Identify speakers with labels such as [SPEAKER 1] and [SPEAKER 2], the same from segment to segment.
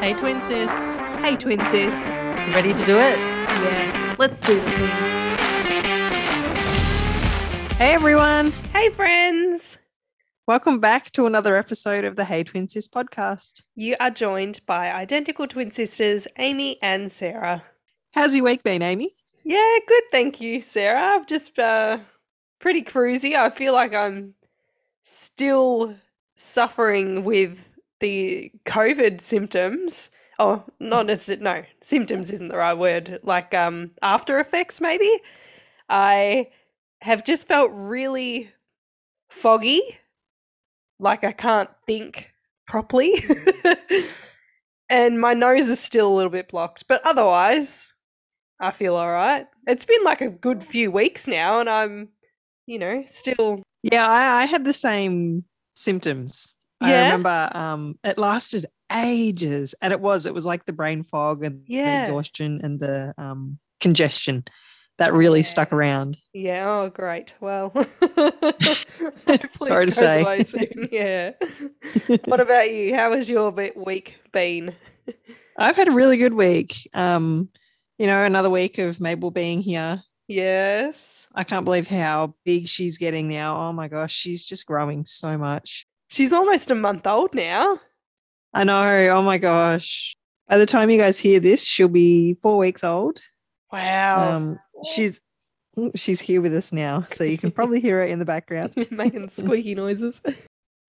[SPEAKER 1] Hey, twin sis.
[SPEAKER 2] Hey, twin sis.
[SPEAKER 1] You ready to do it?
[SPEAKER 2] Yeah, let's do the thing.
[SPEAKER 3] Hey everyone,
[SPEAKER 1] Hey, friends.
[SPEAKER 3] welcome back to another episode of the Hey Twin Sis podcast.
[SPEAKER 1] You are joined by identical twin sisters, Amy and Sarah.
[SPEAKER 3] How's your week been, Amy?
[SPEAKER 1] Yeah, good. Thank you, Sarah. I've just uh, pretty cruisy. I feel like I'm still suffering with the COVID symptoms. Oh, not necessarily. No, symptoms isn't the right word. Like um, after effects, maybe. I have just felt really foggy, like I can't think properly, and my nose is still a little bit blocked. But otherwise, I feel all right. It's been like a good few weeks now, and I'm, you know, still.
[SPEAKER 3] Yeah, I, I had the same symptoms. I
[SPEAKER 1] Yeah?
[SPEAKER 3] remember um, it lasted ages, and it was it was like the brain fog and
[SPEAKER 1] Yeah.
[SPEAKER 3] the exhaustion and the um, congestion that really
[SPEAKER 1] Yeah.
[SPEAKER 3] stuck around.
[SPEAKER 1] Yeah. Oh, great. Well, hopefully
[SPEAKER 3] Sorry
[SPEAKER 1] it
[SPEAKER 3] to
[SPEAKER 1] goes
[SPEAKER 3] say.
[SPEAKER 1] away soon. Yeah. what about you? How has your be- week been?
[SPEAKER 3] I've had a really good week. Um, you know, another week of Mabel being here.
[SPEAKER 1] Yes.
[SPEAKER 3] I can't believe how big she's getting now. Oh my gosh, she's just growing so much.
[SPEAKER 1] She's almost a month old now.
[SPEAKER 3] I know. Oh my gosh. By the time you guys hear this, she'll be four weeks old.
[SPEAKER 1] Wow.
[SPEAKER 3] Um, she's she's here with us now, so you can probably hear her in the background.
[SPEAKER 1] Making squeaky noises.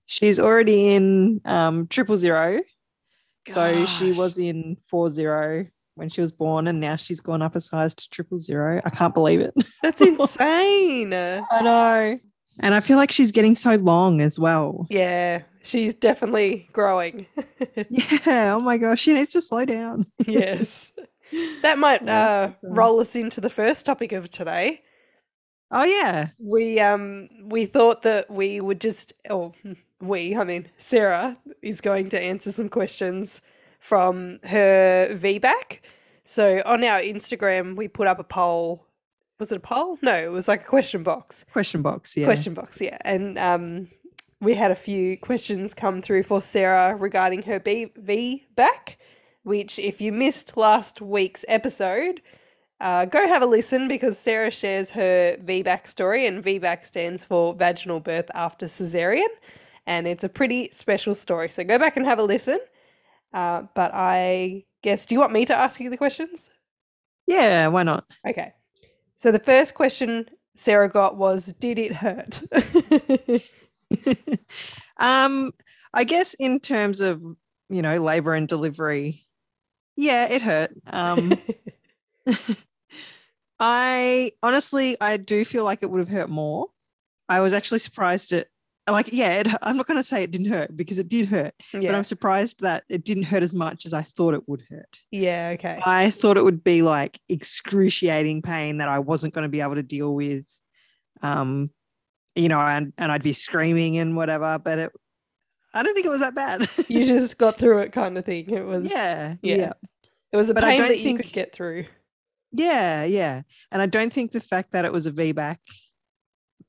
[SPEAKER 3] She's already in um, triple zero, so she
[SPEAKER 1] Gosh.
[SPEAKER 3] was in four zero when she was born, and now she's gone up a size to triple zero. I can't believe it.
[SPEAKER 1] That's insane.
[SPEAKER 3] I know, and I feel like she's getting so long as well.
[SPEAKER 1] Yeah. She's definitely growing.
[SPEAKER 3] Yeah. Oh my gosh, she needs to slow down.
[SPEAKER 1] yes. That might uh,
[SPEAKER 3] Yeah, so-
[SPEAKER 1] roll us into the first topic of today.
[SPEAKER 3] Oh yeah.
[SPEAKER 1] We um we thought that we would just oh we I mean Sarah is going to answer some questions from her VBAC. So on our Instagram we put up a poll. Was it a poll? No, it was like a question box.
[SPEAKER 3] Question box. Yeah.
[SPEAKER 1] Question box, yeah. And um we had a few questions come through for Sarah regarding her B- VBAC, which if you missed last week's episode, uh, go have a listen because Sarah shares her VBAC story, and VBAC stands for vaginal birth after cesarean, and it's a pretty special story. So go back and have a listen. Uh, but I guess, do you want me to ask you the questions?
[SPEAKER 3] Yeah. Why not?
[SPEAKER 1] Okay. So the first question Sarah got was, "Did it hurt?"
[SPEAKER 3] um, I guess in terms of you know labor and delivery, yeah, it hurt. Um, I honestly, I do feel like it would have hurt more. I was actually surprised it. Like, yeah, it, I'm not going to say it didn't hurt because it did hurt, but
[SPEAKER 1] yeah.
[SPEAKER 3] I'm surprised that it didn't hurt as much as I thought it would hurt.
[SPEAKER 1] Yeah. Okay.
[SPEAKER 3] I thought it would be like excruciating pain that I wasn't going to be able to deal with. Um, you know, and, and I'd be screaming and whatever, but it, I don't think it was that bad.
[SPEAKER 1] You just got through it, kind of thing. It was.
[SPEAKER 3] yeah,
[SPEAKER 1] yeah.
[SPEAKER 3] yeah, yeah,
[SPEAKER 1] It was a
[SPEAKER 3] But I
[SPEAKER 1] pain
[SPEAKER 3] don't
[SPEAKER 1] that you could
[SPEAKER 3] think-
[SPEAKER 1] get through.
[SPEAKER 3] yeah, And I don't think the fact that it was a VBAC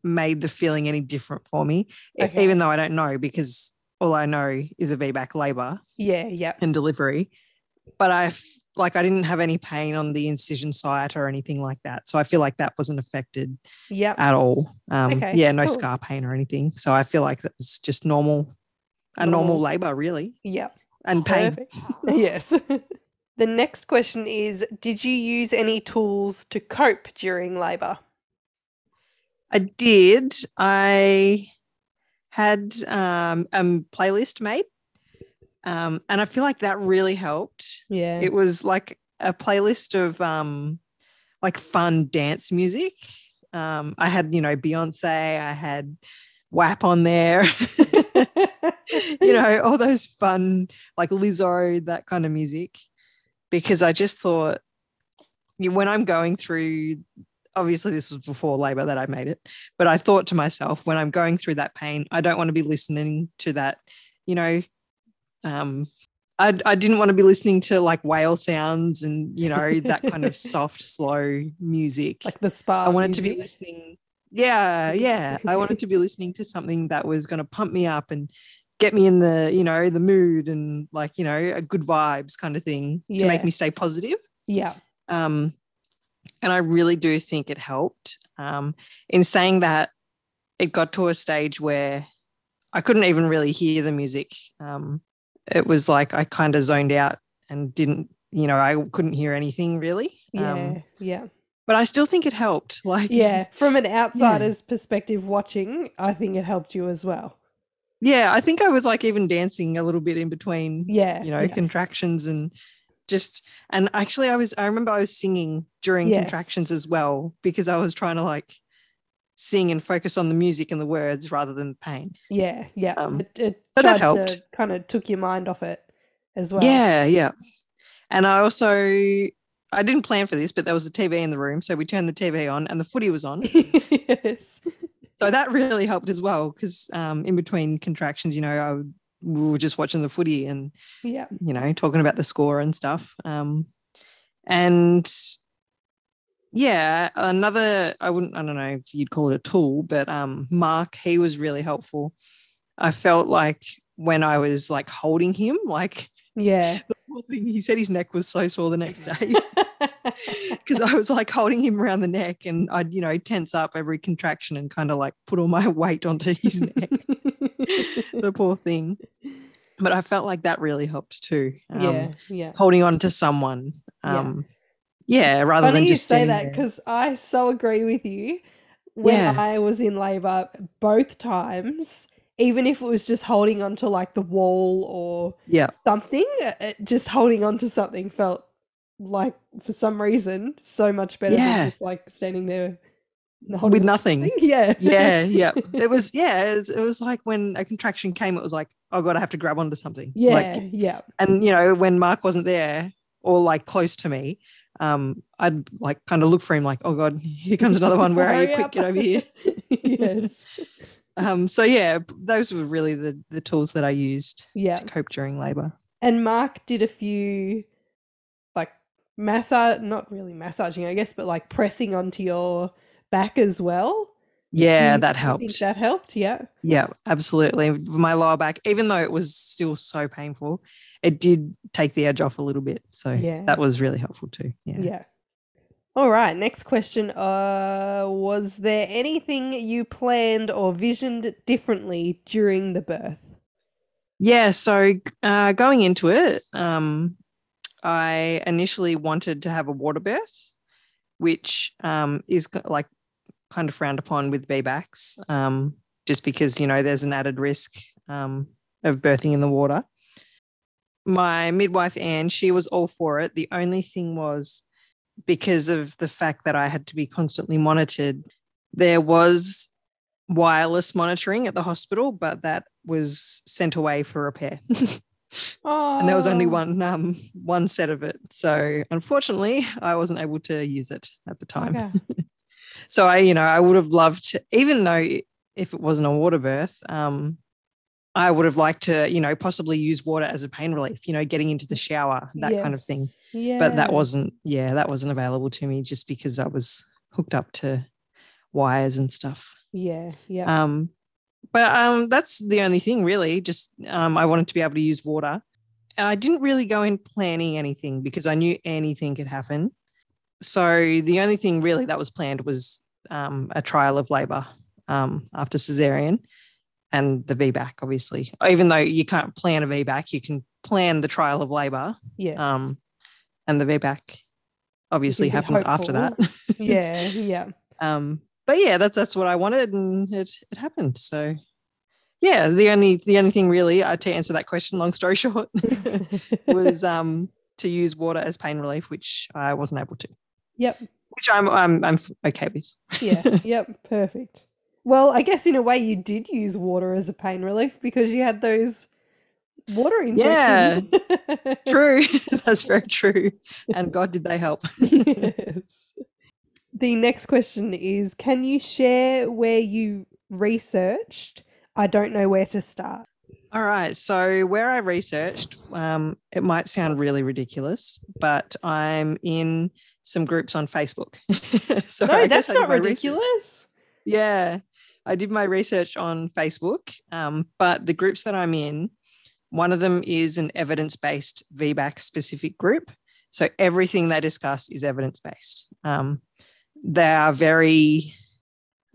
[SPEAKER 3] made the feeling any different for me, e-
[SPEAKER 1] Okay.
[SPEAKER 3] even though I don't know because all I know is a VBAC labor
[SPEAKER 1] Yeah. Yeah.
[SPEAKER 3] and delivery. But I f- like I didn't have any pain on the incision site or anything like that, so I feel like that wasn't affected.
[SPEAKER 1] Yeah.
[SPEAKER 3] at all. Um,
[SPEAKER 1] Okay,
[SPEAKER 3] yeah, no
[SPEAKER 1] cool.
[SPEAKER 3] scar pain or anything. So I feel like that was just normal, a normal
[SPEAKER 1] Normal.
[SPEAKER 3] labor, really,
[SPEAKER 1] Yeah.
[SPEAKER 3] and pain.
[SPEAKER 1] Perfect. yes. the next question is Did you use any tools to cope during labor?
[SPEAKER 3] I did. I had um, a playlist made, um, and I feel like that really helped.
[SPEAKER 1] Yeah.
[SPEAKER 3] It was like a playlist of um, like fun dance music. Um, I had, you know, Beyonce. I had WAP on there. you know, all those fun, like Lizzo, that kind of music. Because I just thought, you- when I'm going through, obviously this was before labor that I made it, but I thought to myself, when I'm going through that pain, I don't want to be listening to that, you know, um, I, I didn't want to be listening to like whale sounds and, you know, that kind of soft, slow music.
[SPEAKER 1] like the spa.
[SPEAKER 3] I wanted to be
[SPEAKER 1] music.
[SPEAKER 3] listening. Yeah, yeah. I wanted to be listening to something that was going to pump me up and get me in the you know the mood and like you know a good vibes kind of thing to
[SPEAKER 1] Yeah.
[SPEAKER 3] make me stay positive
[SPEAKER 1] Yeah.
[SPEAKER 3] um, and I really do think it helped. Um, in saying that, it got to a stage where I couldn't even really hear the music. Um, it was like I kind of zoned out and didn't, you know, I couldn't hear anything really.
[SPEAKER 1] Yeah.
[SPEAKER 3] Um,
[SPEAKER 1] yeah.
[SPEAKER 3] but I still think it helped. Like,
[SPEAKER 1] Yeah. From an outsider's perspective watching, I think it helped you as well.
[SPEAKER 3] yeah, I think I was like even dancing a little bit in between,
[SPEAKER 1] Yeah.
[SPEAKER 3] you know,
[SPEAKER 1] yeah.
[SPEAKER 3] contractions and just. And actually, I was, I remember I was singing during
[SPEAKER 1] Yes.
[SPEAKER 3] contractions as well because I was trying to like sing and focus on the music and the words rather than the pain.
[SPEAKER 1] Yeah, yeah. So
[SPEAKER 3] Um,
[SPEAKER 1] it it
[SPEAKER 3] but
[SPEAKER 1] tried
[SPEAKER 3] that
[SPEAKER 1] to
[SPEAKER 3] helped.
[SPEAKER 1] kind of took your mind off it as well.
[SPEAKER 3] Yeah, yeah. And I also I didn't plan for this, but there was a TV in the room, so we turned the TV on and the footy was on.
[SPEAKER 1] yes.
[SPEAKER 3] so that really helped as well because um, in between contractions, you know, I would, we were just watching the footy and
[SPEAKER 1] Yeah.
[SPEAKER 3] you know talking about the score and stuff. Um, and yeah, another I wouldn't I don't know if you'd call it a tool, but um, Mark he was really helpful. I felt like when I was like holding him, like
[SPEAKER 1] Yeah.
[SPEAKER 3] the poor thing, he said his neck was so sore the next day because I was like holding him around the neck and I'd, you know, tense up every contraction and kind of like put all my weight onto his neck, the poor thing. But I felt like that really helped too. Um,
[SPEAKER 1] yeah, yeah.
[SPEAKER 3] Holding on to someone.
[SPEAKER 1] Yeah.
[SPEAKER 3] Um, yeah. rather
[SPEAKER 1] Funny
[SPEAKER 3] than
[SPEAKER 1] you
[SPEAKER 3] just
[SPEAKER 1] say
[SPEAKER 3] standing
[SPEAKER 1] that
[SPEAKER 3] there.
[SPEAKER 1] because I so agree with you. When
[SPEAKER 3] Yeah.
[SPEAKER 1] I was in labor, both times, even if it was just holding onto like the wall or
[SPEAKER 3] Yeah.
[SPEAKER 1] something, uh, uh, just holding onto something felt like for some reason so much better
[SPEAKER 3] Yeah.
[SPEAKER 1] than just like standing there
[SPEAKER 3] With nothing.
[SPEAKER 1] nothing. Yeah,
[SPEAKER 3] Yeah. Yeah. it was, yeah. It was, it was like when a contraction came, it was like, oh God, I have to grab onto something.
[SPEAKER 1] yeah,
[SPEAKER 3] Like,
[SPEAKER 1] yeah.
[SPEAKER 3] and you know when mark wasn't there or like close to me um i'd like kind of look for him like oh god here comes another one where are you
[SPEAKER 1] Hurry
[SPEAKER 3] quick
[SPEAKER 1] up.
[SPEAKER 3] get over here
[SPEAKER 1] yes.
[SPEAKER 3] um so yeah b- those were really the the tools that i used
[SPEAKER 1] Yeah.
[SPEAKER 3] to cope during labor
[SPEAKER 1] And Mark did a few like massage, not really massaging, I guess, but like pressing onto your back as well.
[SPEAKER 3] yeah
[SPEAKER 1] You-
[SPEAKER 3] that
[SPEAKER 1] you think
[SPEAKER 3] helped
[SPEAKER 1] that helped, yeah.
[SPEAKER 3] yeah absolutely my lower back even though it was still so painful it did take the edge off a little bit so
[SPEAKER 1] Yeah.
[SPEAKER 3] that was really helpful too yeah,
[SPEAKER 1] Yeah. All right. Next question. Uh, was there anything you planned or visioned differently during the birth?
[SPEAKER 3] Yeah, so uh, going into it, um, I initially wanted to have a water birth, which um, is k- like kind of frowned upon with VBACs, um, just because, you know, there's an added risk um, of birthing in the water. My midwife, Anne, she was all for it. The only thing was because of the fact that I had to be constantly monitored, there was wireless monitoring at the hospital, but that was sent away for repair.
[SPEAKER 1] Oh,
[SPEAKER 3] and there was only one um, one set of it. So unfortunately, I wasn't able to use it at the time.
[SPEAKER 1] bugger.
[SPEAKER 3] So I, you know, I would have loved to, even though if it wasn't a water birth, um, I would have liked to, you know, possibly use water as a pain relief, you know, getting into the shower, that kind of thing.
[SPEAKER 1] Yes, Yeah.
[SPEAKER 3] But that wasn't, yeah, that wasn't available to me just because I was hooked up to wires and stuff.
[SPEAKER 1] Yeah. Yeah.
[SPEAKER 3] Um, but um, that's the only thing really. Just um, I wanted to be able to use water. I didn't really go in planning anything because I knew anything could happen. So the only thing really that was planned was um, a trial of labour um, after cesarean and the VBAC, obviously. Even though you can't plan a VBAC, you can plan the trial of labour,
[SPEAKER 1] yes.
[SPEAKER 3] um, and the VBAC obviously
[SPEAKER 1] be
[SPEAKER 3] happens after that.
[SPEAKER 1] hopeful. yeah. Yeah.
[SPEAKER 3] um but yeah that's that's what i wanted and it it happened so yeah the only the only thing really uh, to answer that question long story short was um to use water as pain relief which i wasn't able to
[SPEAKER 1] Yep.
[SPEAKER 3] which i'm i'm, I'm okay with
[SPEAKER 1] Yeah. Yep. Perfect. Well, I guess in a way you did use water as a pain relief because you had those water
[SPEAKER 3] Yeah.
[SPEAKER 1] injections.
[SPEAKER 3] true that's very true and god did they help
[SPEAKER 1] yes. The next question is Can you share where you researched? I don't know where to start.
[SPEAKER 3] All right. So, where I researched, um, it might sound really ridiculous, but I'm in some groups on Facebook. so
[SPEAKER 1] no,
[SPEAKER 3] I guess
[SPEAKER 1] that's
[SPEAKER 3] I did
[SPEAKER 1] not
[SPEAKER 3] my research.
[SPEAKER 1] ridiculous.
[SPEAKER 3] Yeah. I did my research on Facebook, um, but the groups that I'm in, one of them is an evidence based VBAC specific group. So everything they discuss is evidence based. Um, they are very,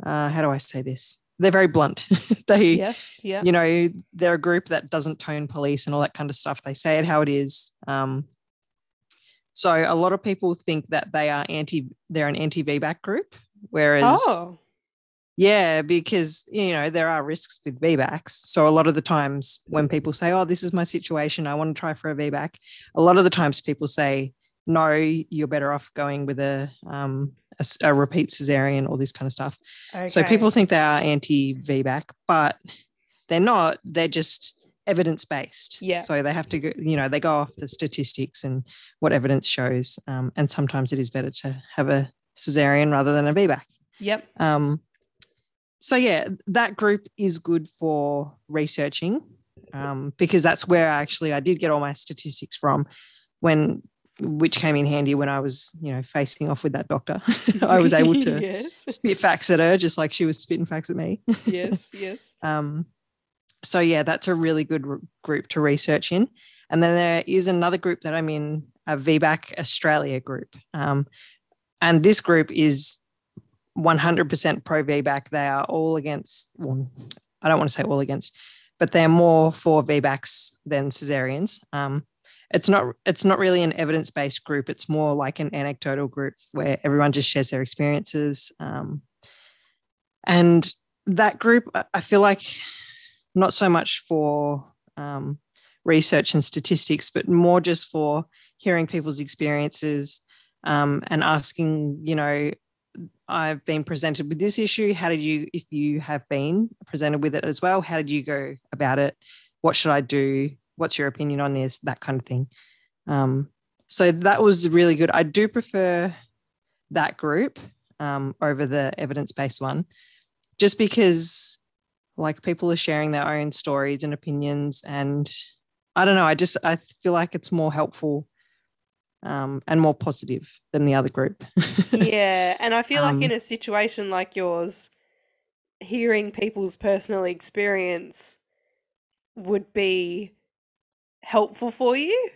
[SPEAKER 3] uh, how do I say this? They're very blunt. they,
[SPEAKER 1] Yes. Yeah.
[SPEAKER 3] you know they're a group that doesn't tone police and all that kind of stuff they say it how it is um, so a lot of people think that they are anti they're an anti vbac group whereas
[SPEAKER 1] Oh.
[SPEAKER 3] yeah because you know there are risks with vbacs so a lot of the times when
[SPEAKER 1] Mm.
[SPEAKER 3] people say oh this is my situation i want to try for a vbac a lot of the times people say no you're better off going with a um, a s a a repeat cesarean all this kind of stuff so
[SPEAKER 1] okay.
[SPEAKER 3] people think they are anti VBAC, but they're not. They're just evidence based.
[SPEAKER 1] Yeah.
[SPEAKER 3] So they have to, go, you know, they go off the statistics and what evidence shows. Um, and sometimes it is better to have a cesarean rather than a VBAC.
[SPEAKER 1] Yep.
[SPEAKER 3] Um, so yeah, that group is good for researching um, because that's where I actually I did get all my statistics from when which came in handy when I was, you know, facing off with that doctor. I was able to
[SPEAKER 1] yes.
[SPEAKER 3] spit facts at her, just like she was spitting facts at me.
[SPEAKER 1] Yes. Yes.
[SPEAKER 3] Um, so yeah, that's a really good r- group to research in. And then there is another group that I'm in, a VBAC Australia group, um, and this group is 100% pro VBAC. They are all against. Well, I don't want to say all against, but they're more for VBACs than cesareans. Um, it's not it's not really an evidence based group. It's more like an anecdotal group where everyone just shares their experiences. Um, and that group I- i feel like not so much for um, research and statistics but more just for hearing people's experiences um, and asking you know i've been presented with this issue how did you if you have been presented with it as well how did you go about it what should i do what's your opinion on this that kind of thing um, so that was really good i do prefer that group um, over the evidence-based one just because like people are sharing their own stories and opinions and i don't know i just i feel like it's more helpful um, and more positive than the other group
[SPEAKER 1] yeah, and I feel
[SPEAKER 3] Um,
[SPEAKER 1] like in a situation like yours, hearing people's personal experience would be helpful for you.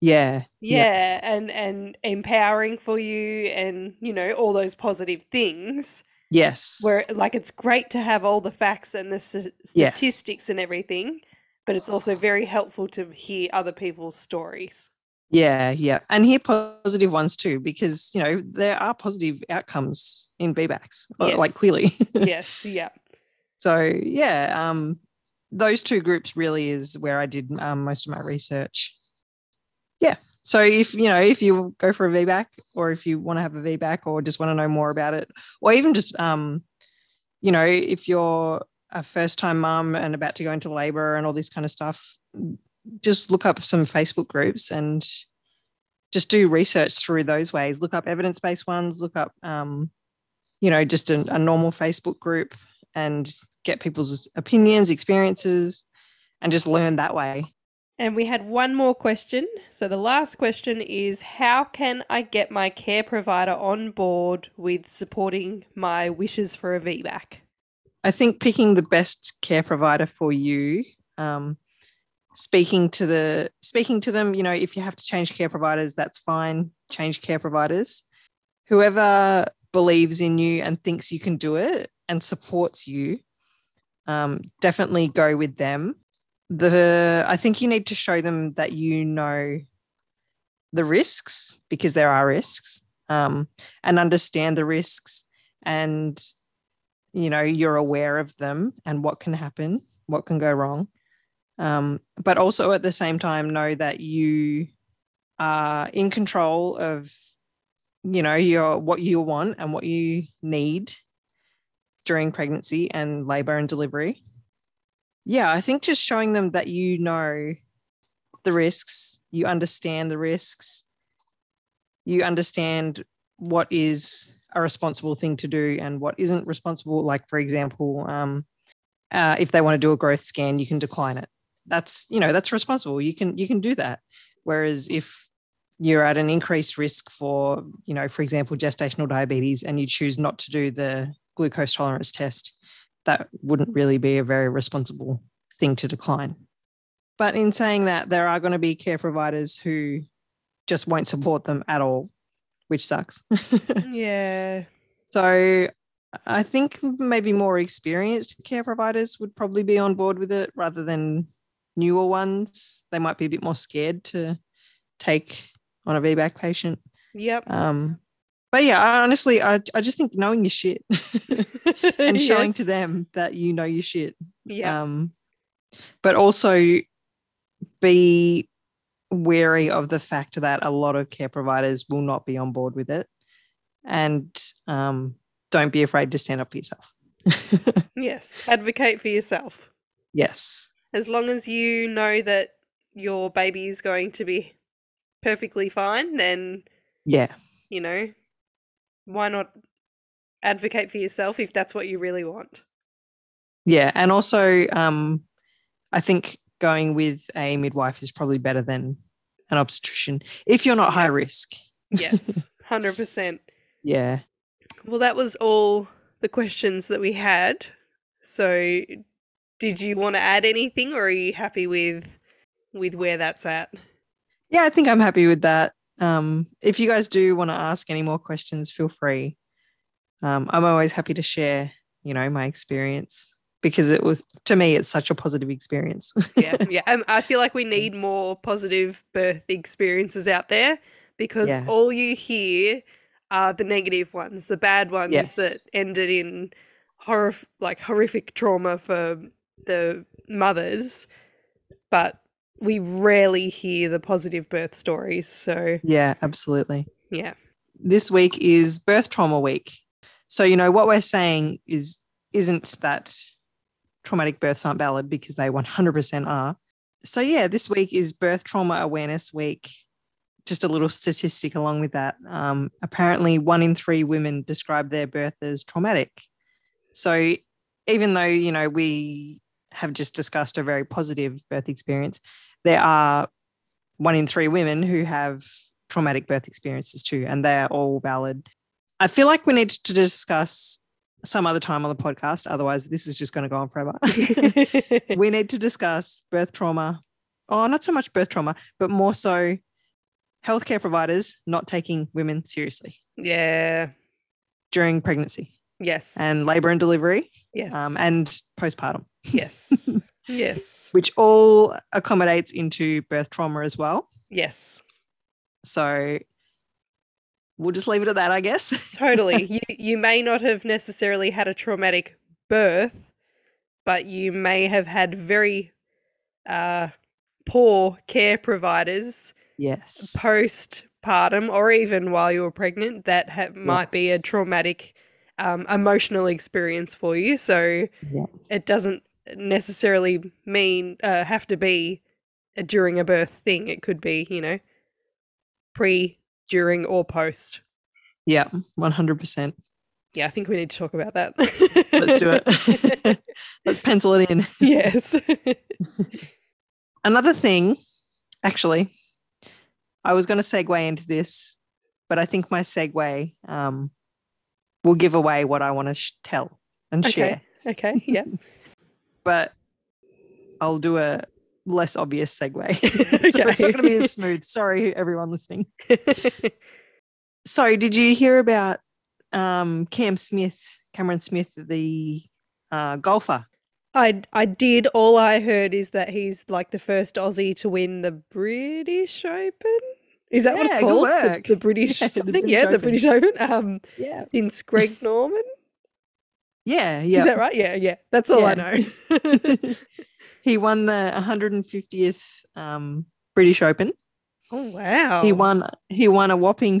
[SPEAKER 3] yeah Yeah.
[SPEAKER 1] Yeah, and and empowering for you and, you know, all those positive things.
[SPEAKER 3] yes
[SPEAKER 1] Where like it's great to have all the facts and the s
[SPEAKER 3] Yeah.
[SPEAKER 1] statistics and everything, but it's also very helpful to hear other people's stories.
[SPEAKER 3] yeah yeah and hear positive ones too because you know there are positive outcomes in bbacks or like
[SPEAKER 1] Yes.
[SPEAKER 3] clearly
[SPEAKER 1] Yes, yeah.
[SPEAKER 3] so yeah um those two groups really is where i did um, most of my research yeah so if you know if you go for a vbac or if you want to have a vbac or just want to know more about it or even just um you know if you're a first time mum and about to go into labor and all this kind of stuff just look up some facebook groups and just do research through those ways look up evidence based ones look up um you know just a, a normal facebook group and get people's opinions, experiences, and just learn that way.
[SPEAKER 1] And we had one more question. So the last question is How can I get my care provider on board with supporting my wishes for a VBAC?
[SPEAKER 3] I think picking the best care provider for you, um, speaking to the speaking to them, you know, if you have to change care providers, that's fine. Change care providers. Whoever believes in you and thinks you can do it and supports you, um, definitely go with them. The I think you need to show them that you know the risks because there are risks, um, and understand the risks and you know you're aware of them and what can happen what can go wrong um, but also at the same time know that you are in control of you know your what you want and what you need during pregnancy and labor and delivery yeah i think just showing them that you know the risks you understand the risks you understand what is a responsible thing to do and what isn't responsible. Like, for example, um, uh, if they want to do a growth scan, you can decline it. That's you know that's responsible. You can you can do that. Whereas if you're at an increased risk for you know, for example, gestational diabetes, and you choose not to do the glucose tolerance test, that wouldn't really be a very responsible thing to decline. But in saying that, there are going to be care providers who just won't support them at all, which sucks.
[SPEAKER 1] Yeah.
[SPEAKER 3] So I think maybe more experienced care providers would probably be on board with it rather than newer ones. They might be a bit more scared to take on a VBAC patient.
[SPEAKER 1] Yep.
[SPEAKER 3] Um, but yeah, I honestly, I, I just think knowing your shit and showing
[SPEAKER 1] Yes.
[SPEAKER 3] to them that you know your shit.
[SPEAKER 1] Yeah.
[SPEAKER 3] Um, but also be wary of the fact that a lot of care providers will not be on board with it. And um, don't be afraid to stand up for yourself.
[SPEAKER 1] yes. Advocate for yourself.
[SPEAKER 3] yes.
[SPEAKER 1] As long as you know that your baby is going to be perfectly fine, then,
[SPEAKER 3] Yeah.
[SPEAKER 1] you know, why not advocate for yourself if that's what you really want?
[SPEAKER 3] Yeah. And also, um, I think going with a midwife is probably better than an obstetrician if you're not high
[SPEAKER 1] Yes.
[SPEAKER 3] risk.
[SPEAKER 1] Yes. 100%.
[SPEAKER 3] Yeah.
[SPEAKER 1] Well, that was all the questions that we had. So, did you want to add anything, or are you happy with with where that's at?
[SPEAKER 3] yeah, I think I'm happy with that. Um, if you guys do want to ask any more questions, feel free. Um, I'm always happy to share, you know, my experience because it was to me, it's such a positive experience.
[SPEAKER 1] Yeah, yeah. Um, I feel like we need more positive birth experiences out there because
[SPEAKER 3] Yeah.
[SPEAKER 1] all you hear are the negative ones, the bad ones
[SPEAKER 3] Yes.
[SPEAKER 1] that ended in horror, like horrific trauma for the mothers. But we rarely hear the positive birth stories. So,
[SPEAKER 3] yeah, absolutely.
[SPEAKER 1] yeah.
[SPEAKER 3] This week is birth trauma week. So, you know, what we're saying is isn't that traumatic births aren't valid because they 100% are. So, yeah, this week is Birth Trauma Awareness Week. Just a little statistic along with that. Um, apparently, one in three women describe their birth as traumatic. So, even though, you know, we have just discussed a very positive birth experience, there are one in three women who have traumatic birth experiences too, and they are all valid. I feel like we need to discuss some other time on the podcast. Otherwise, this is just going to go on forever. we need to discuss birth trauma, or not so much birth trauma, but more so healthcare providers not taking women seriously
[SPEAKER 1] yeah.
[SPEAKER 3] during pregnancy
[SPEAKER 1] Yes.
[SPEAKER 3] and labor and delivery
[SPEAKER 1] yes.
[SPEAKER 3] um, and postpartum,
[SPEAKER 1] yes. yes.
[SPEAKER 3] which all accommodates into birth trauma as well.
[SPEAKER 1] Yes.
[SPEAKER 3] So we'll just leave it at that, I guess.
[SPEAKER 1] Totally. you you may not have necessarily had a traumatic birth, but you may have had very uh poor care providers
[SPEAKER 3] Yes.
[SPEAKER 1] postpartum or even while you were pregnant that ha- might be a
[SPEAKER 3] Yes.
[SPEAKER 1] traumatic um, emotional experience for you so
[SPEAKER 3] Yeah.
[SPEAKER 1] it doesn't necessarily mean uh, have to be a during a birth thing it could be you know pre during or post
[SPEAKER 3] yeah, 100%.
[SPEAKER 1] yeah i think we need to talk about that
[SPEAKER 3] Let's do it. Let's pencil it in.
[SPEAKER 1] yes
[SPEAKER 3] Another thing, actually, I was going to segue into this, but I think my segue um, will give away what I want to sh- tell and share.
[SPEAKER 1] okay okay yeah
[SPEAKER 3] But I'll do a less obvious segue. so it's not
[SPEAKER 1] okay.
[SPEAKER 3] going to be as smooth. Sorry, everyone listening. So, did you hear about um, Cam Smith, Cameron Smith, the uh, golfer?
[SPEAKER 1] I I did. All I heard is that he's like the first Aussie to win the British Open. Is that what
[SPEAKER 3] Yeah,
[SPEAKER 1] it's
[SPEAKER 3] good
[SPEAKER 1] called? The-
[SPEAKER 3] work.
[SPEAKER 1] The, British
[SPEAKER 3] Yeah, the
[SPEAKER 1] something.
[SPEAKER 3] British
[SPEAKER 1] yeah, the
[SPEAKER 3] Open.
[SPEAKER 1] British Open. Um,
[SPEAKER 3] Yeah.
[SPEAKER 1] since Greg Norman.
[SPEAKER 3] Yeah.
[SPEAKER 1] Is
[SPEAKER 3] Yeah.
[SPEAKER 1] that right? Yeah, yeah. That's all I
[SPEAKER 3] Yeah.
[SPEAKER 1] know.
[SPEAKER 3] he won the 150th um, British Open.
[SPEAKER 1] oh wow.
[SPEAKER 3] He won. He won a whopping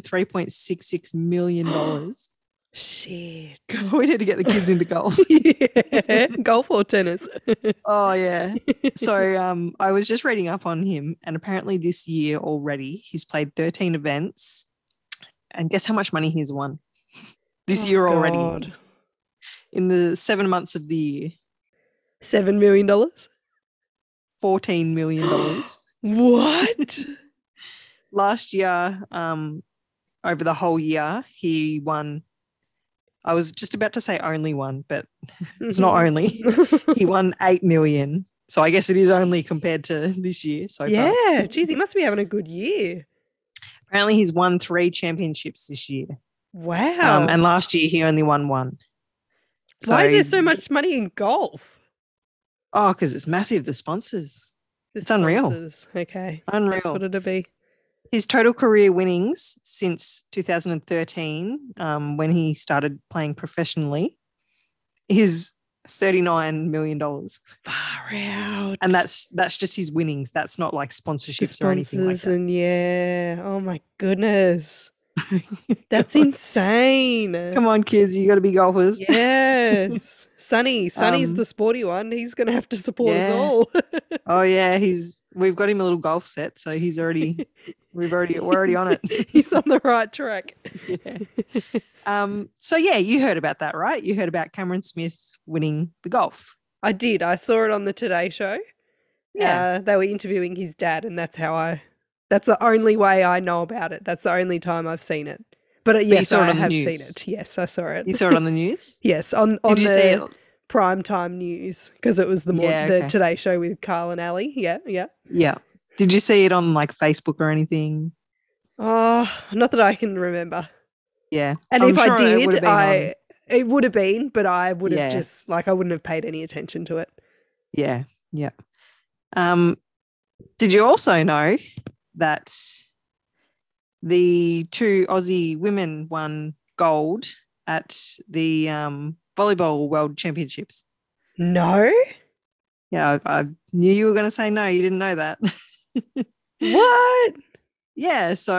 [SPEAKER 3] 3.66 million dollars.
[SPEAKER 1] Shit.
[SPEAKER 3] we need to get the kids into golf.
[SPEAKER 1] Yeah. Golf or tennis?
[SPEAKER 3] Oh yeah. So um, I was just reading up on him, and apparently this year already he's played 13 events, and guess how much money he's won this
[SPEAKER 1] Oh,
[SPEAKER 3] year already
[SPEAKER 1] God.
[SPEAKER 3] in the seven months of the year.
[SPEAKER 1] Seven million dollars.
[SPEAKER 3] $14 million.
[SPEAKER 1] What?
[SPEAKER 3] Last year, um, over the whole year, he won I was just about to say only one, but it's not
[SPEAKER 1] Mm-hmm.
[SPEAKER 3] only. he won 8 million. So I guess it is only compared to this year so far.
[SPEAKER 1] yeah, geez, he must be having a good year.
[SPEAKER 3] Apparently he's won 3 championships this year.
[SPEAKER 1] Wow.
[SPEAKER 3] Um, and last year he only won one.
[SPEAKER 1] Why is there so much money in golf?
[SPEAKER 3] Oh, because it's massive. The sponsors,
[SPEAKER 1] The
[SPEAKER 3] It's unreal.
[SPEAKER 1] sponsors. Okay.
[SPEAKER 3] unreal.
[SPEAKER 1] That's what it'd be.
[SPEAKER 3] His total career winnings since 2013, um, when he started playing professionally, is 39 million dollars,
[SPEAKER 1] Far out.
[SPEAKER 3] and that's that's just his winnings. That's not like
[SPEAKER 1] The
[SPEAKER 3] sponsorships or anything like
[SPEAKER 1] sponsors
[SPEAKER 3] that.
[SPEAKER 1] and yeah. Oh my goodness. That's insane.
[SPEAKER 3] Come on, kids, you got to be golfers.
[SPEAKER 1] Yes. Sonny. Sonny's
[SPEAKER 3] Um,
[SPEAKER 1] the sporty one. He's gonna have to support us
[SPEAKER 3] yeah.
[SPEAKER 1] all.
[SPEAKER 3] Oh yeah, he's we've got him a little golf set, so he's already we've already we're already on it.
[SPEAKER 1] He's on the right track.
[SPEAKER 3] Yeah. Um, so yeah, you heard about that, right? You heard about Cameron Smith winning the golf.
[SPEAKER 1] I did. I saw it on the Today Show.
[SPEAKER 3] Yeah.
[SPEAKER 1] Uh, they were interviewing his dad, and that's how I. That's the only way I know about it. That's the only time I've seen it. But uh,
[SPEAKER 3] you
[SPEAKER 1] yes,
[SPEAKER 3] saw it
[SPEAKER 1] I
[SPEAKER 3] on the
[SPEAKER 1] have seen
[SPEAKER 3] news.
[SPEAKER 1] it. Yes, I saw it.
[SPEAKER 3] You saw it on the news.
[SPEAKER 1] yes, on on
[SPEAKER 3] Did you
[SPEAKER 1] the
[SPEAKER 3] see it?
[SPEAKER 1] prime time news because it was the mor-
[SPEAKER 3] Yeah,
[SPEAKER 1] the
[SPEAKER 3] okay.
[SPEAKER 1] Today Show with Carl and Ali. Yeah, yeah.
[SPEAKER 3] Yeah. Did you see it on like Facebook or anything?
[SPEAKER 1] Oh, not that I can remember.
[SPEAKER 3] Yeah.
[SPEAKER 1] And
[SPEAKER 3] I'm
[SPEAKER 1] if
[SPEAKER 3] sure
[SPEAKER 1] I
[SPEAKER 3] it would've
[SPEAKER 1] did,
[SPEAKER 3] been
[SPEAKER 1] I
[SPEAKER 3] on.
[SPEAKER 1] it would have been, but I would have
[SPEAKER 3] Yeah.
[SPEAKER 1] just like I wouldn't have paid any attention to it.
[SPEAKER 3] Yeah. Yeah. Um, did you also know that the two Aussie women won gold at the um, volleyball world championships?
[SPEAKER 1] No,
[SPEAKER 3] Yeah, I, I knew you were going to say no. You didn't know that.
[SPEAKER 1] what?
[SPEAKER 3] yeah. So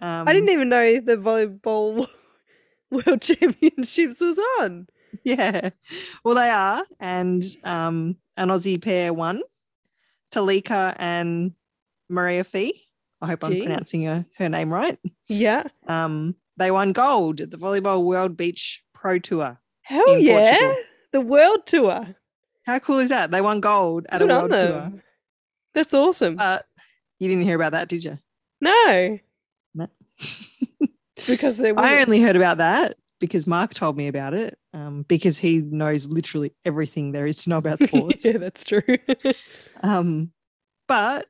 [SPEAKER 3] um,
[SPEAKER 1] I didn't even know the volleyball world championships was on.
[SPEAKER 3] Yeah. Well, they are. And um, an Aussie pair won, Talika and Maria Fee. I hope I'm
[SPEAKER 1] Jeez.
[SPEAKER 3] pronouncing her, her name right.
[SPEAKER 1] Yeah.
[SPEAKER 3] Um, they won gold at the Volleyball World Beach Pro Tour.
[SPEAKER 1] Hell
[SPEAKER 3] in
[SPEAKER 1] yeah.
[SPEAKER 3] Portugal.
[SPEAKER 1] The world tour.
[SPEAKER 3] How cool is that? They won gold at
[SPEAKER 1] Good
[SPEAKER 3] a
[SPEAKER 1] on
[SPEAKER 3] world
[SPEAKER 1] them.
[SPEAKER 3] tour.
[SPEAKER 1] That's awesome.
[SPEAKER 3] Uh, you didn't hear about that, did you?
[SPEAKER 1] no,
[SPEAKER 3] No.
[SPEAKER 1] because they're
[SPEAKER 3] I
[SPEAKER 1] women.
[SPEAKER 3] only heard about that because Mark told me about it um, because he knows literally everything there is to know about sports.
[SPEAKER 1] yeah, that's true.
[SPEAKER 3] um, but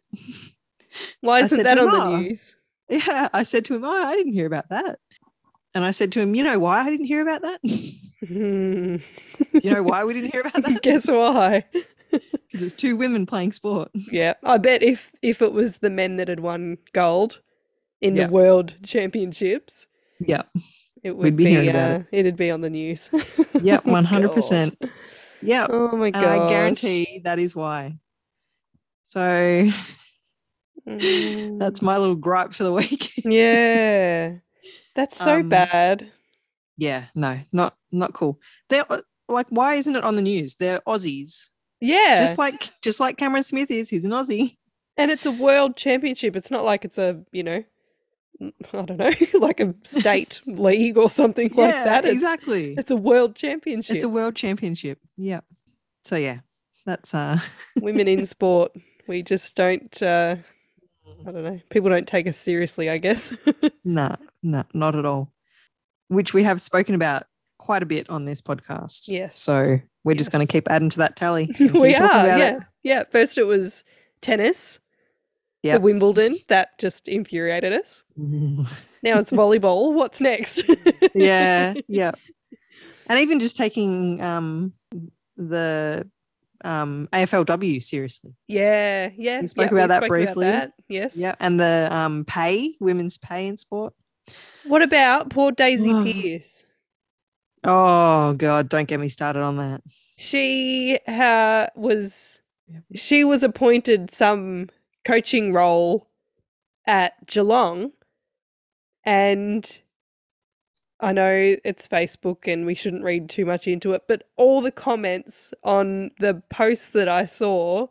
[SPEAKER 1] Why
[SPEAKER 3] I
[SPEAKER 1] isn't
[SPEAKER 3] said
[SPEAKER 1] that
[SPEAKER 3] to
[SPEAKER 1] on the
[SPEAKER 3] Ma,
[SPEAKER 1] news?
[SPEAKER 3] Yeah, I said to him, oh, I didn't hear about that. And I said to him, you know why I didn't hear about that? you
[SPEAKER 1] Hmm.
[SPEAKER 3] know why we didn't hear about that?
[SPEAKER 1] Guess why?
[SPEAKER 3] Because it's two women playing sport.
[SPEAKER 1] Yeah, I bet if if it was the men that had won gold in
[SPEAKER 3] Yeah.
[SPEAKER 1] the world championships,
[SPEAKER 3] Yeah.
[SPEAKER 1] it would
[SPEAKER 3] We'd be
[SPEAKER 1] be,
[SPEAKER 3] hearing about
[SPEAKER 1] uh, it'd be on the news.
[SPEAKER 3] Yep,
[SPEAKER 1] Oh,
[SPEAKER 3] 100%.
[SPEAKER 1] God.
[SPEAKER 3] Yeah.
[SPEAKER 1] Oh my
[SPEAKER 3] And
[SPEAKER 1] god!
[SPEAKER 3] I guarantee that is why. So that's my little gripe for the week.
[SPEAKER 1] Mm. yeah, that's so
[SPEAKER 3] Um,
[SPEAKER 1] bad.
[SPEAKER 3] yeah, no, not not cool. They're uh, like, why isn't it on the news? They're Aussies.
[SPEAKER 1] Yeah,
[SPEAKER 3] Just like just like Cameron Smith is, he's an Aussie.
[SPEAKER 1] and it's a world championship. It's not like it's a you know, n- I don't know, like a state league or something like
[SPEAKER 3] yeah,
[SPEAKER 1] that. It's,
[SPEAKER 3] exactly.
[SPEAKER 1] It's a world championship.
[SPEAKER 3] It's a world championship. Yeah. So yeah, that's uh
[SPEAKER 1] Women in sport, we just don't. Uh, I don't know. People don't take us seriously, I guess.
[SPEAKER 3] no, no, not at all. Which we have spoken about quite a bit on this podcast.
[SPEAKER 1] Yes.
[SPEAKER 3] So we're just going
[SPEAKER 1] Yes.
[SPEAKER 3] to keep adding to that tally. and
[SPEAKER 1] we
[SPEAKER 3] keep talking
[SPEAKER 1] are.
[SPEAKER 3] about it.
[SPEAKER 1] Yeah. Yeah. First, it was tennis. the
[SPEAKER 3] Yep.
[SPEAKER 1] Wimbledon. That just infuriated us.
[SPEAKER 3] Mm.
[SPEAKER 1] Now it's volleyball. What's next?
[SPEAKER 3] yeah, yeah. And even just taking um the um AFLW seriously.
[SPEAKER 1] Yeah, yeah.
[SPEAKER 3] We spoke
[SPEAKER 1] yeah,
[SPEAKER 3] about that briefly.
[SPEAKER 1] Yes.
[SPEAKER 3] Yeah. And the um pay, women's pay in sport.
[SPEAKER 1] What about poor Daisy
[SPEAKER 3] Oh.
[SPEAKER 1] Pierce?
[SPEAKER 3] Oh god, don't get me started on that.
[SPEAKER 1] She uh, was
[SPEAKER 3] Yep.
[SPEAKER 1] she was appointed some coaching role at Geelong, and I know it's Facebook and we shouldn't read too much into it, but all the comments on the posts that I saw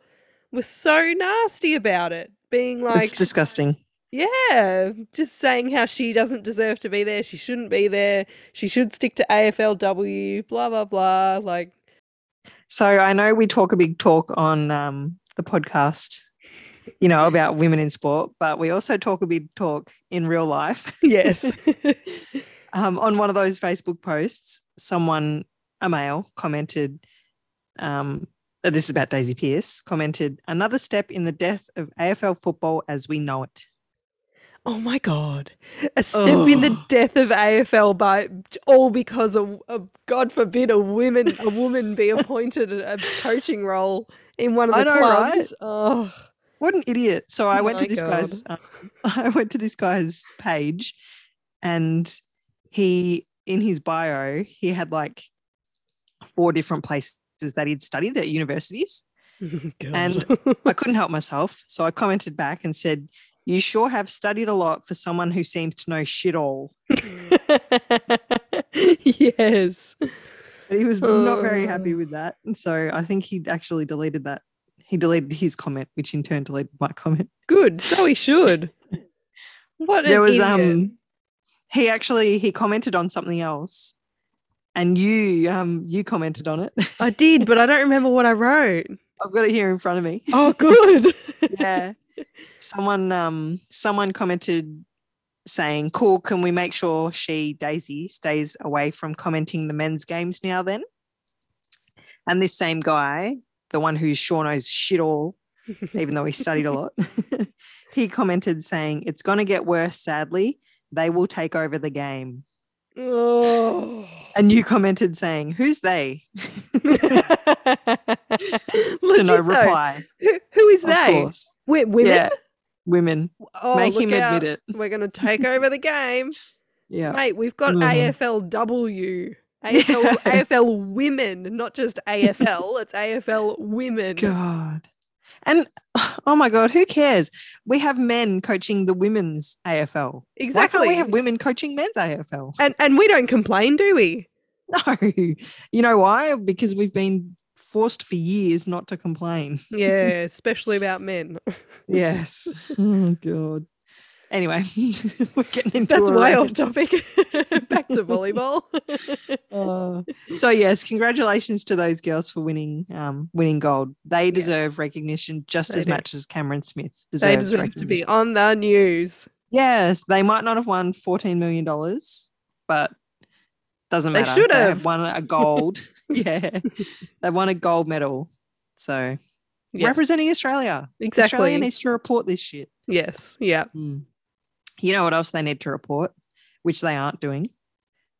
[SPEAKER 1] were so nasty about it, being like
[SPEAKER 3] it's disgusting.
[SPEAKER 1] Yeah, just saying how she doesn't deserve to be there. She shouldn't be there. She should stick to AFLW, blah, blah, blah. Like,
[SPEAKER 3] So I know we talk a big talk on um, the podcast, you know, about women in sport, but we also talk a big talk in real life.
[SPEAKER 1] yes.
[SPEAKER 3] um, on one of those Facebook posts, someone, a male, commented, um, uh, this is about Daisy Pierce, commented, another step in the death of AFL football as we know it.
[SPEAKER 1] Oh my god. A step in the
[SPEAKER 3] Ugh.
[SPEAKER 1] death of AFL by all because a, a god forbid a woman a woman be appointed a a coaching role in one of the
[SPEAKER 3] I know, right?
[SPEAKER 1] clubs. Oh.
[SPEAKER 3] What an idiot. So I
[SPEAKER 1] Oh
[SPEAKER 3] went to
[SPEAKER 1] my
[SPEAKER 3] this
[SPEAKER 1] God.
[SPEAKER 3] guy's um, I went to this guy's page and he in his bio he had like four different places that he'd studied at universities. And- I couldn't help myself, so I commented back and said, "You sure have studied a lot for someone who seems to know shit all."
[SPEAKER 1] yes.
[SPEAKER 3] But he was not very happy
[SPEAKER 1] Oh.
[SPEAKER 3] with that. And so I think he actually deleted that. He deleted his comment, which in turn deleted my comment.
[SPEAKER 1] Good. So he should. What an
[SPEAKER 3] there was
[SPEAKER 1] idiot.
[SPEAKER 3] um he actually he commented on something else and you um you commented on it
[SPEAKER 1] I did, but I don't remember what I wrote.
[SPEAKER 3] i've got it here in front of me
[SPEAKER 1] Oh good.
[SPEAKER 3] yeah someone um someone commented saying cool can we make sure she daisy stays away from commenting the men's games now then and this same guy the one who sure knows shit all even though he studied a lot he commented saying it's going to get worse sadly they will take over the game
[SPEAKER 1] oh.
[SPEAKER 3] And you commented saying, "Who's they?"
[SPEAKER 1] Legit,
[SPEAKER 3] to no
[SPEAKER 1] though.
[SPEAKER 3] reply.
[SPEAKER 1] Who, who is
[SPEAKER 3] Of
[SPEAKER 1] they?
[SPEAKER 3] course.
[SPEAKER 1] we women?
[SPEAKER 3] Yeah, women.
[SPEAKER 1] Oh,
[SPEAKER 3] Make him
[SPEAKER 1] look out.
[SPEAKER 3] admit it.
[SPEAKER 1] We're going to take over the game.
[SPEAKER 3] Yeah.
[SPEAKER 1] Mate, we've got
[SPEAKER 3] Mhm.
[SPEAKER 1] AFLW. AFL, AFL women, not just AFL. It's AFL women.
[SPEAKER 3] God. And oh my God, who cares? We have men coaching the women's AFL.
[SPEAKER 1] Exactly.
[SPEAKER 3] Why can't we have women coaching men's AFL?
[SPEAKER 1] and, and we don't complain, do we?
[SPEAKER 3] No. You know why? Because we've been forced for years not to complain.
[SPEAKER 1] Yeah, especially about men.
[SPEAKER 3] Yes. oh God. Anyway, we're getting into
[SPEAKER 1] That's
[SPEAKER 3] a
[SPEAKER 1] way off
[SPEAKER 3] rant.
[SPEAKER 1] topic. Back to volleyball.
[SPEAKER 3] Uh, so yes, congratulations to those girls for winning um, winning gold. They
[SPEAKER 1] Yes.
[SPEAKER 3] deserve recognition just
[SPEAKER 1] They
[SPEAKER 3] as
[SPEAKER 1] do.
[SPEAKER 3] much as Cameron Smith deserves.
[SPEAKER 1] they deserve to be
[SPEAKER 3] recognition.
[SPEAKER 1] on the news.
[SPEAKER 3] Yes, they might not have won fourteen million dollars, but doesn't
[SPEAKER 1] They
[SPEAKER 3] matter.
[SPEAKER 1] should have.
[SPEAKER 3] won a gold. yeah, they won a gold medal. So
[SPEAKER 1] Yes,
[SPEAKER 3] representing Australia, Australia
[SPEAKER 1] exactly.
[SPEAKER 3] needs to report this shit.
[SPEAKER 1] yes. Yeah.
[SPEAKER 3] You know what else they need to report, which they aren't doing?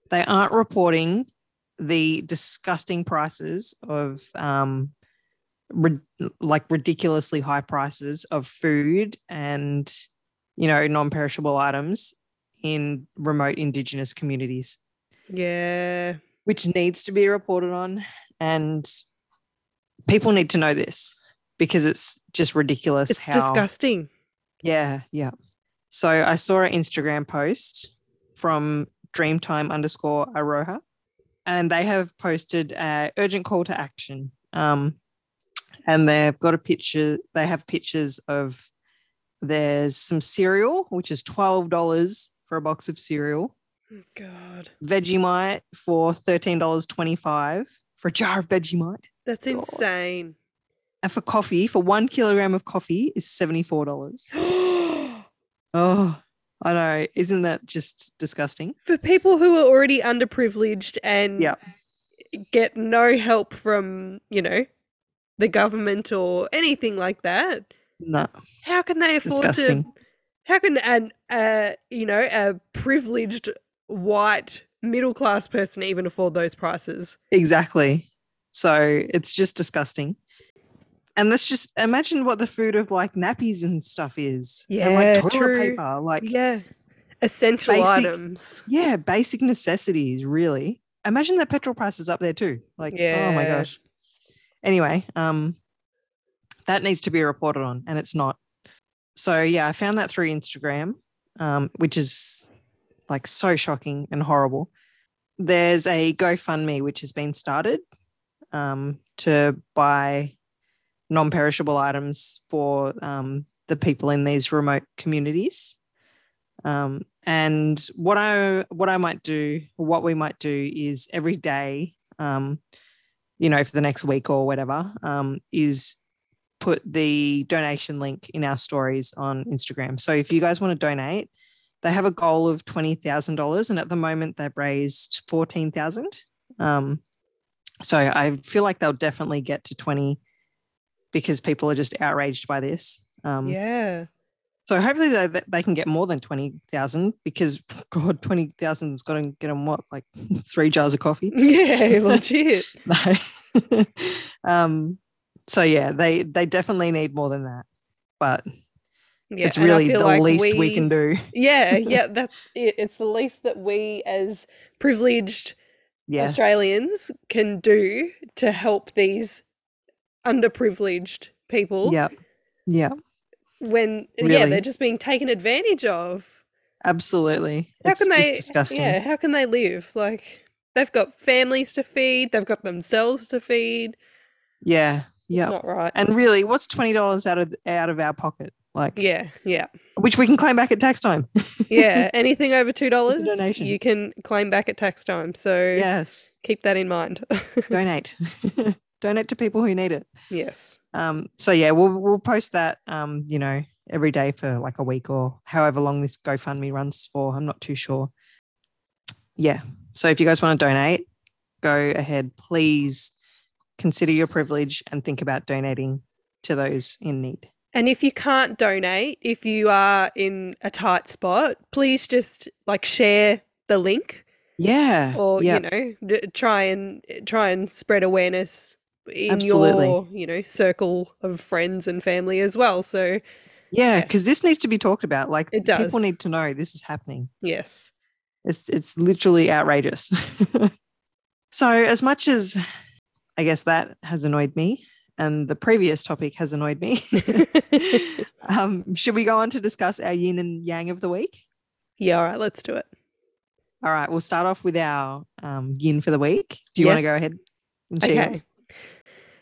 [SPEAKER 3] They aren't reporting the disgusting prices of, um, rid- like, ridiculously high prices of food and, you know, non perishable items in remote Indigenous communities,
[SPEAKER 1] Yeah.
[SPEAKER 3] which needs to be reported on. And people need to know this because it's just ridiculous
[SPEAKER 1] It's
[SPEAKER 3] how.
[SPEAKER 1] disgusting.
[SPEAKER 3] Yeah, yeah. So I saw an Instagram post from Dreamtime underscore Aroha, and they have posted a urgent call to action. Um, and they've got a picture. They have pictures of there's some cereal, which is twelve dollars for a box of cereal.
[SPEAKER 1] Oh, God.
[SPEAKER 3] Vegemite for thirteen dollars twenty five for a jar of Vegemite,
[SPEAKER 1] That's
[SPEAKER 3] God.
[SPEAKER 1] insane.
[SPEAKER 3] and for coffee for one kilogram of coffee is seventy four dollars.
[SPEAKER 1] For
[SPEAKER 3] Oh, I know. Isn't that just disgusting?
[SPEAKER 1] people who are already underprivileged and
[SPEAKER 3] Yeah.
[SPEAKER 1] get no help from, you know, the government or anything like that,
[SPEAKER 3] No,
[SPEAKER 1] how can they afford
[SPEAKER 3] disgusting.
[SPEAKER 1] to how can an uh you know, a privileged white middle class person even afford those prices?
[SPEAKER 3] Exactly. So it's just disgusting. And let's just imagine what the food of like nappies and stuff is. and
[SPEAKER 1] Yeah,
[SPEAKER 3] like toilet
[SPEAKER 1] true.
[SPEAKER 3] paper. Like, yeah.
[SPEAKER 1] Yeah. Essential
[SPEAKER 3] Basic-
[SPEAKER 1] items.
[SPEAKER 3] basic necessities, really. Imagine that petrol price is up there too. Like, oh my
[SPEAKER 1] Yeah.
[SPEAKER 3] gosh. Anyway, um, that needs to be reported on and it's not. So yeah, I found that through Instagram, um, which is like so shocking and horrible. There's a GoFundMe which has been started um, to buy non-perishable items for um, the people in these remote communities. Um, and what I what I might do, what we might do, is every day, um, you know, for the next week or whatever, um, is put the donation link in our stories on Instagram. So if you guys want to donate, They have a goal of twenty thousand dollars, and at the moment they've raised fourteen thousand. Um, so I feel like they'll definitely get to twenty because people are just outraged by this. Um,
[SPEAKER 1] yeah.
[SPEAKER 3] So hopefully they, they- they can get more than twenty thousand because God, twenty thousand is going to get them what like three jars of coffee.
[SPEAKER 1] Yeah, legit.
[SPEAKER 3] No. um, so yeah, they they definitely need more than that, but
[SPEAKER 1] Yeah,
[SPEAKER 3] it's
[SPEAKER 1] and I
[SPEAKER 3] really
[SPEAKER 1] feel
[SPEAKER 3] the
[SPEAKER 1] like
[SPEAKER 3] least we... can do.
[SPEAKER 1] Yeah, yeah, that's it. It's the least that we as privileged
[SPEAKER 3] Yes,
[SPEAKER 1] Australians can do to help these underprivileged people
[SPEAKER 3] Yeah, yeah,
[SPEAKER 1] when yeah,
[SPEAKER 3] Really.
[SPEAKER 1] they're just being taken advantage of.
[SPEAKER 3] absolutely.
[SPEAKER 1] How
[SPEAKER 3] it's
[SPEAKER 1] can
[SPEAKER 3] just
[SPEAKER 1] they
[SPEAKER 3] disgusting.
[SPEAKER 1] Yeah, how can they live? Like they've got families to feed, they've got themselves to feed.
[SPEAKER 3] yeah,
[SPEAKER 1] It's
[SPEAKER 3] yeah.
[SPEAKER 1] not right.
[SPEAKER 3] And really, what's twenty dollars out of out of our pocket? Like,
[SPEAKER 1] yeah, yeah.
[SPEAKER 3] which we can claim back at tax time.
[SPEAKER 1] Yeah. Anything over two dollars
[SPEAKER 3] donation.
[SPEAKER 1] you can claim back at tax time. So
[SPEAKER 3] yes,
[SPEAKER 1] keep that in mind.
[SPEAKER 3] donate, donate to people who need it.
[SPEAKER 1] yes.
[SPEAKER 3] Um, so yeah, we'll we'll post that um, you know, every day for like a week or however long this GoFundMe runs for. I'm not too sure. Yeah. So if you guys want to donate, go ahead, please consider your privilege and think about donating to those in need.
[SPEAKER 1] And if you can't donate, if you are in a tight spot, please just like share the link
[SPEAKER 3] Yeah.
[SPEAKER 1] or
[SPEAKER 3] yeah.
[SPEAKER 1] you know d- try and try and spread awareness in
[SPEAKER 3] Absolutely.
[SPEAKER 1] your you know circle of friends and family as well. So
[SPEAKER 3] yeah,
[SPEAKER 1] yeah.
[SPEAKER 3] because this needs to be talked about. Like
[SPEAKER 1] It does.
[SPEAKER 3] people need to know this is happening.
[SPEAKER 1] yes,
[SPEAKER 3] It's it's literally outrageous. so as much as I guess that has annoyed me and the previous topic has annoyed me. um, should we go on to discuss our yin and yang of the week?
[SPEAKER 1] yeah, all right, let's do it.
[SPEAKER 3] All right, we'll start off with our um, yin for the week. Do you want to go
[SPEAKER 1] Yes.
[SPEAKER 3] ahead? And
[SPEAKER 1] Okay.
[SPEAKER 3] choose?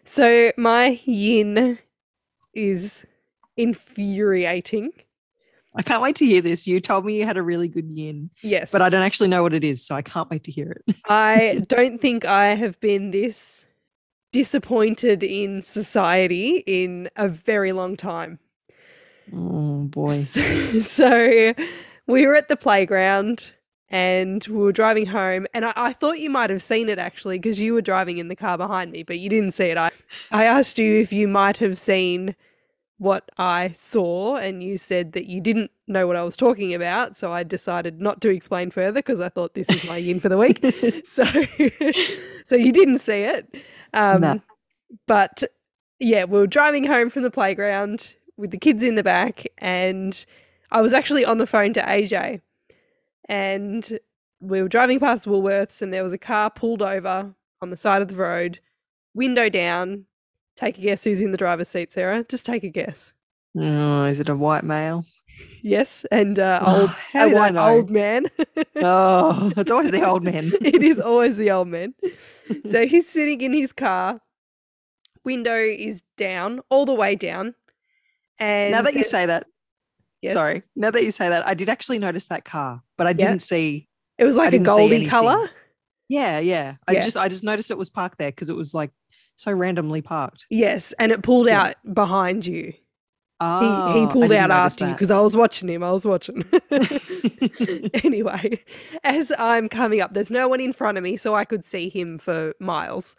[SPEAKER 1] So my yin is infuriating.
[SPEAKER 3] I can't wait to hear this. You told me you had a really good yin,
[SPEAKER 1] Yes,
[SPEAKER 3] but I don't actually know what it is, so I can't wait to hear it.
[SPEAKER 1] I don't think I have been this disappointed in society in a very long time.
[SPEAKER 3] Oh boy.
[SPEAKER 1] So, so we were at the playground and we were driving home, and I, I thought you might have seen it actually because you were driving in the car behind me, but you didn't see it. I, I asked you if you might have seen what I saw, and you said that you didn't know what I was talking about. So I decided not to explain further because I thought this is my yin for the week. so so you didn't see it um
[SPEAKER 3] No.
[SPEAKER 1] but yeah we were driving home from the playground with the kids in the back and i was actually on the phone to aj and we were driving past woolworths and there was a car pulled over on the side of the road window down take a guess who's in the driver's seat sarah just take a guess
[SPEAKER 3] oh, is it a white male?
[SPEAKER 1] yes and uh,
[SPEAKER 3] Oh,
[SPEAKER 1] old
[SPEAKER 3] how
[SPEAKER 1] a
[SPEAKER 3] did I
[SPEAKER 1] white
[SPEAKER 3] know?
[SPEAKER 1] old man
[SPEAKER 3] Oh, it's always the old man.
[SPEAKER 1] it is always the old man. So he's sitting in his car. Window is down, all the way down. And
[SPEAKER 3] now that you
[SPEAKER 1] there's-
[SPEAKER 3] say that,
[SPEAKER 1] yes,
[SPEAKER 3] sorry. Now that you say that, I did actually notice that car, but I didn't see.
[SPEAKER 1] it was like a
[SPEAKER 3] didn't see
[SPEAKER 1] goldy
[SPEAKER 3] anything.
[SPEAKER 1] color.
[SPEAKER 3] Yeah, yeah. I
[SPEAKER 1] Yeah.
[SPEAKER 3] just I just noticed it was parked there because it was like so randomly parked.
[SPEAKER 1] Yes, and it pulled
[SPEAKER 3] Yeah.
[SPEAKER 1] out behind you.
[SPEAKER 3] Oh,
[SPEAKER 1] he, he pulled out after you
[SPEAKER 3] because
[SPEAKER 1] because I was watching him. I was watching. anyway, as I'm coming up, there's no one in front of me, so I could see him for miles.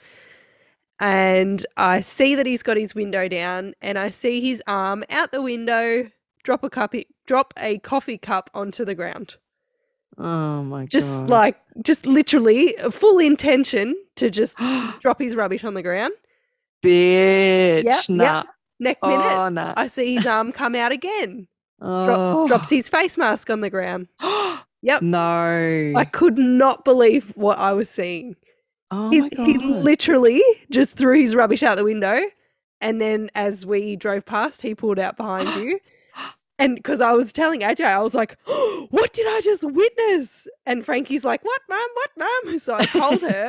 [SPEAKER 1] And I see that he's got his window down, and I see his arm out the window drop a cup, drop a coffee cup onto the ground.
[SPEAKER 3] oh my god,
[SPEAKER 1] Just like, just literally uh, full intention to just drop his rubbish on the ground. Yep,
[SPEAKER 3] bitch,
[SPEAKER 1] yep.
[SPEAKER 3] nah,
[SPEAKER 1] Next minute,
[SPEAKER 3] oh nah,
[SPEAKER 1] I see his arm come out again.
[SPEAKER 3] oh.
[SPEAKER 1] Drops his face mask on the ground. Yep.
[SPEAKER 3] no,
[SPEAKER 1] I could not believe what I was seeing.
[SPEAKER 3] oh
[SPEAKER 1] he,
[SPEAKER 3] my god,
[SPEAKER 1] he literally just threw his rubbish out the window. And then as we drove past, he pulled out behind you. And because I was telling AJ, I was like, what did I just witness? And Frankie's like, what, mum? What, mum? So I told her.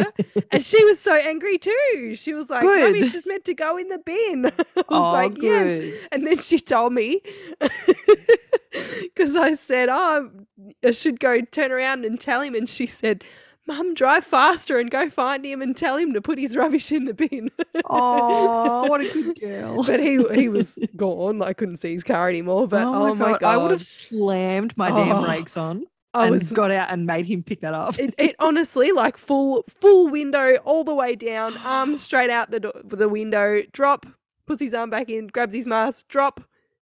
[SPEAKER 1] and she was so angry too. She was like,
[SPEAKER 3] Good.
[SPEAKER 1] rubbish is meant to go in the bin. I was
[SPEAKER 3] oh
[SPEAKER 1] like, yes.
[SPEAKER 3] good,
[SPEAKER 1] And then she told me because I said, Oh, I should go turn around and tell him. And she said, Mum, drive faster and go find him and tell him to put his rubbish in the bin.
[SPEAKER 3] Oh, what a good girl.
[SPEAKER 1] but he he was gone. I couldn't see his car anymore. But oh, my god,
[SPEAKER 3] I would have slammed my
[SPEAKER 1] Oh,
[SPEAKER 3] damn brakes on
[SPEAKER 1] I
[SPEAKER 3] and
[SPEAKER 1] was
[SPEAKER 3] got out and made him pick that up.
[SPEAKER 1] it, it honestly like full full window all the way down, arm straight out the do- the window, drop, puts his arm back in, grabs his mask, drop,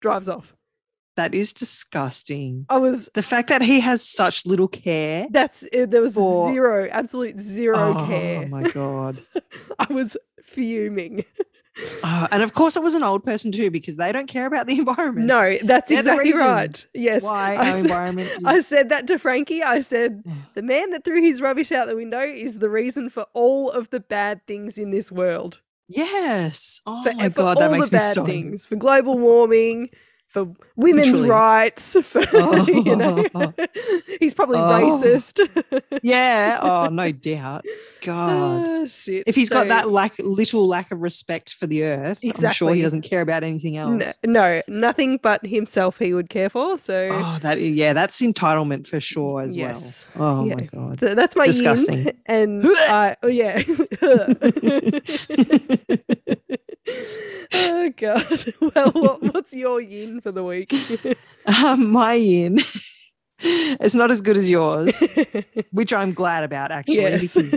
[SPEAKER 1] drives off.
[SPEAKER 3] that is disgusting.
[SPEAKER 1] I was
[SPEAKER 3] The fact that he has such little care.
[SPEAKER 1] that's uh, there was
[SPEAKER 3] For-
[SPEAKER 1] zero absolute zero
[SPEAKER 3] oh
[SPEAKER 1] care.
[SPEAKER 3] my god.
[SPEAKER 1] I was fuming.
[SPEAKER 3] Oh, and of course it was an old person too because they don't care about the environment.
[SPEAKER 1] No, that's
[SPEAKER 3] They're the
[SPEAKER 1] exactly
[SPEAKER 3] reason
[SPEAKER 1] right. Yes,
[SPEAKER 3] Why
[SPEAKER 1] I
[SPEAKER 3] our
[SPEAKER 1] said-
[SPEAKER 3] environment
[SPEAKER 1] I
[SPEAKER 3] is-
[SPEAKER 1] said that to Frankie. I said,
[SPEAKER 3] Yeah.
[SPEAKER 1] the man that threw his rubbish out the window is the reason for all of the bad things in this world.
[SPEAKER 3] Yes. Oh
[SPEAKER 1] For,
[SPEAKER 3] my
[SPEAKER 1] for
[SPEAKER 3] god,
[SPEAKER 1] all
[SPEAKER 3] that makes
[SPEAKER 1] the
[SPEAKER 3] me
[SPEAKER 1] bad
[SPEAKER 3] so
[SPEAKER 1] things, for global warming, for women's
[SPEAKER 3] Literally.
[SPEAKER 1] rights, for, you know,
[SPEAKER 3] Oh.
[SPEAKER 1] he's probably
[SPEAKER 3] Oh.
[SPEAKER 1] racist.
[SPEAKER 3] Yeah. Oh, no doubt. God.
[SPEAKER 1] Ah, shit.
[SPEAKER 3] If he's got
[SPEAKER 1] So-
[SPEAKER 3] that lack little lack of respect for the earth, I'm sure
[SPEAKER 1] Exactly.
[SPEAKER 3] he doesn't care about anything else.
[SPEAKER 1] N- no, nothing but himself he would care for. So
[SPEAKER 3] Oh, that yeah, that's entitlement for sure as
[SPEAKER 1] Yes.
[SPEAKER 3] well. Oh
[SPEAKER 1] Yeah.
[SPEAKER 3] my god.
[SPEAKER 1] th- that's my yin,
[SPEAKER 3] Disgusting.
[SPEAKER 1] and I, oh yeah. oh god. Well, what, what's your yin for the week?
[SPEAKER 3] um, my yin. it's not as good as yours, which I'm glad about actually
[SPEAKER 1] yes,
[SPEAKER 3] because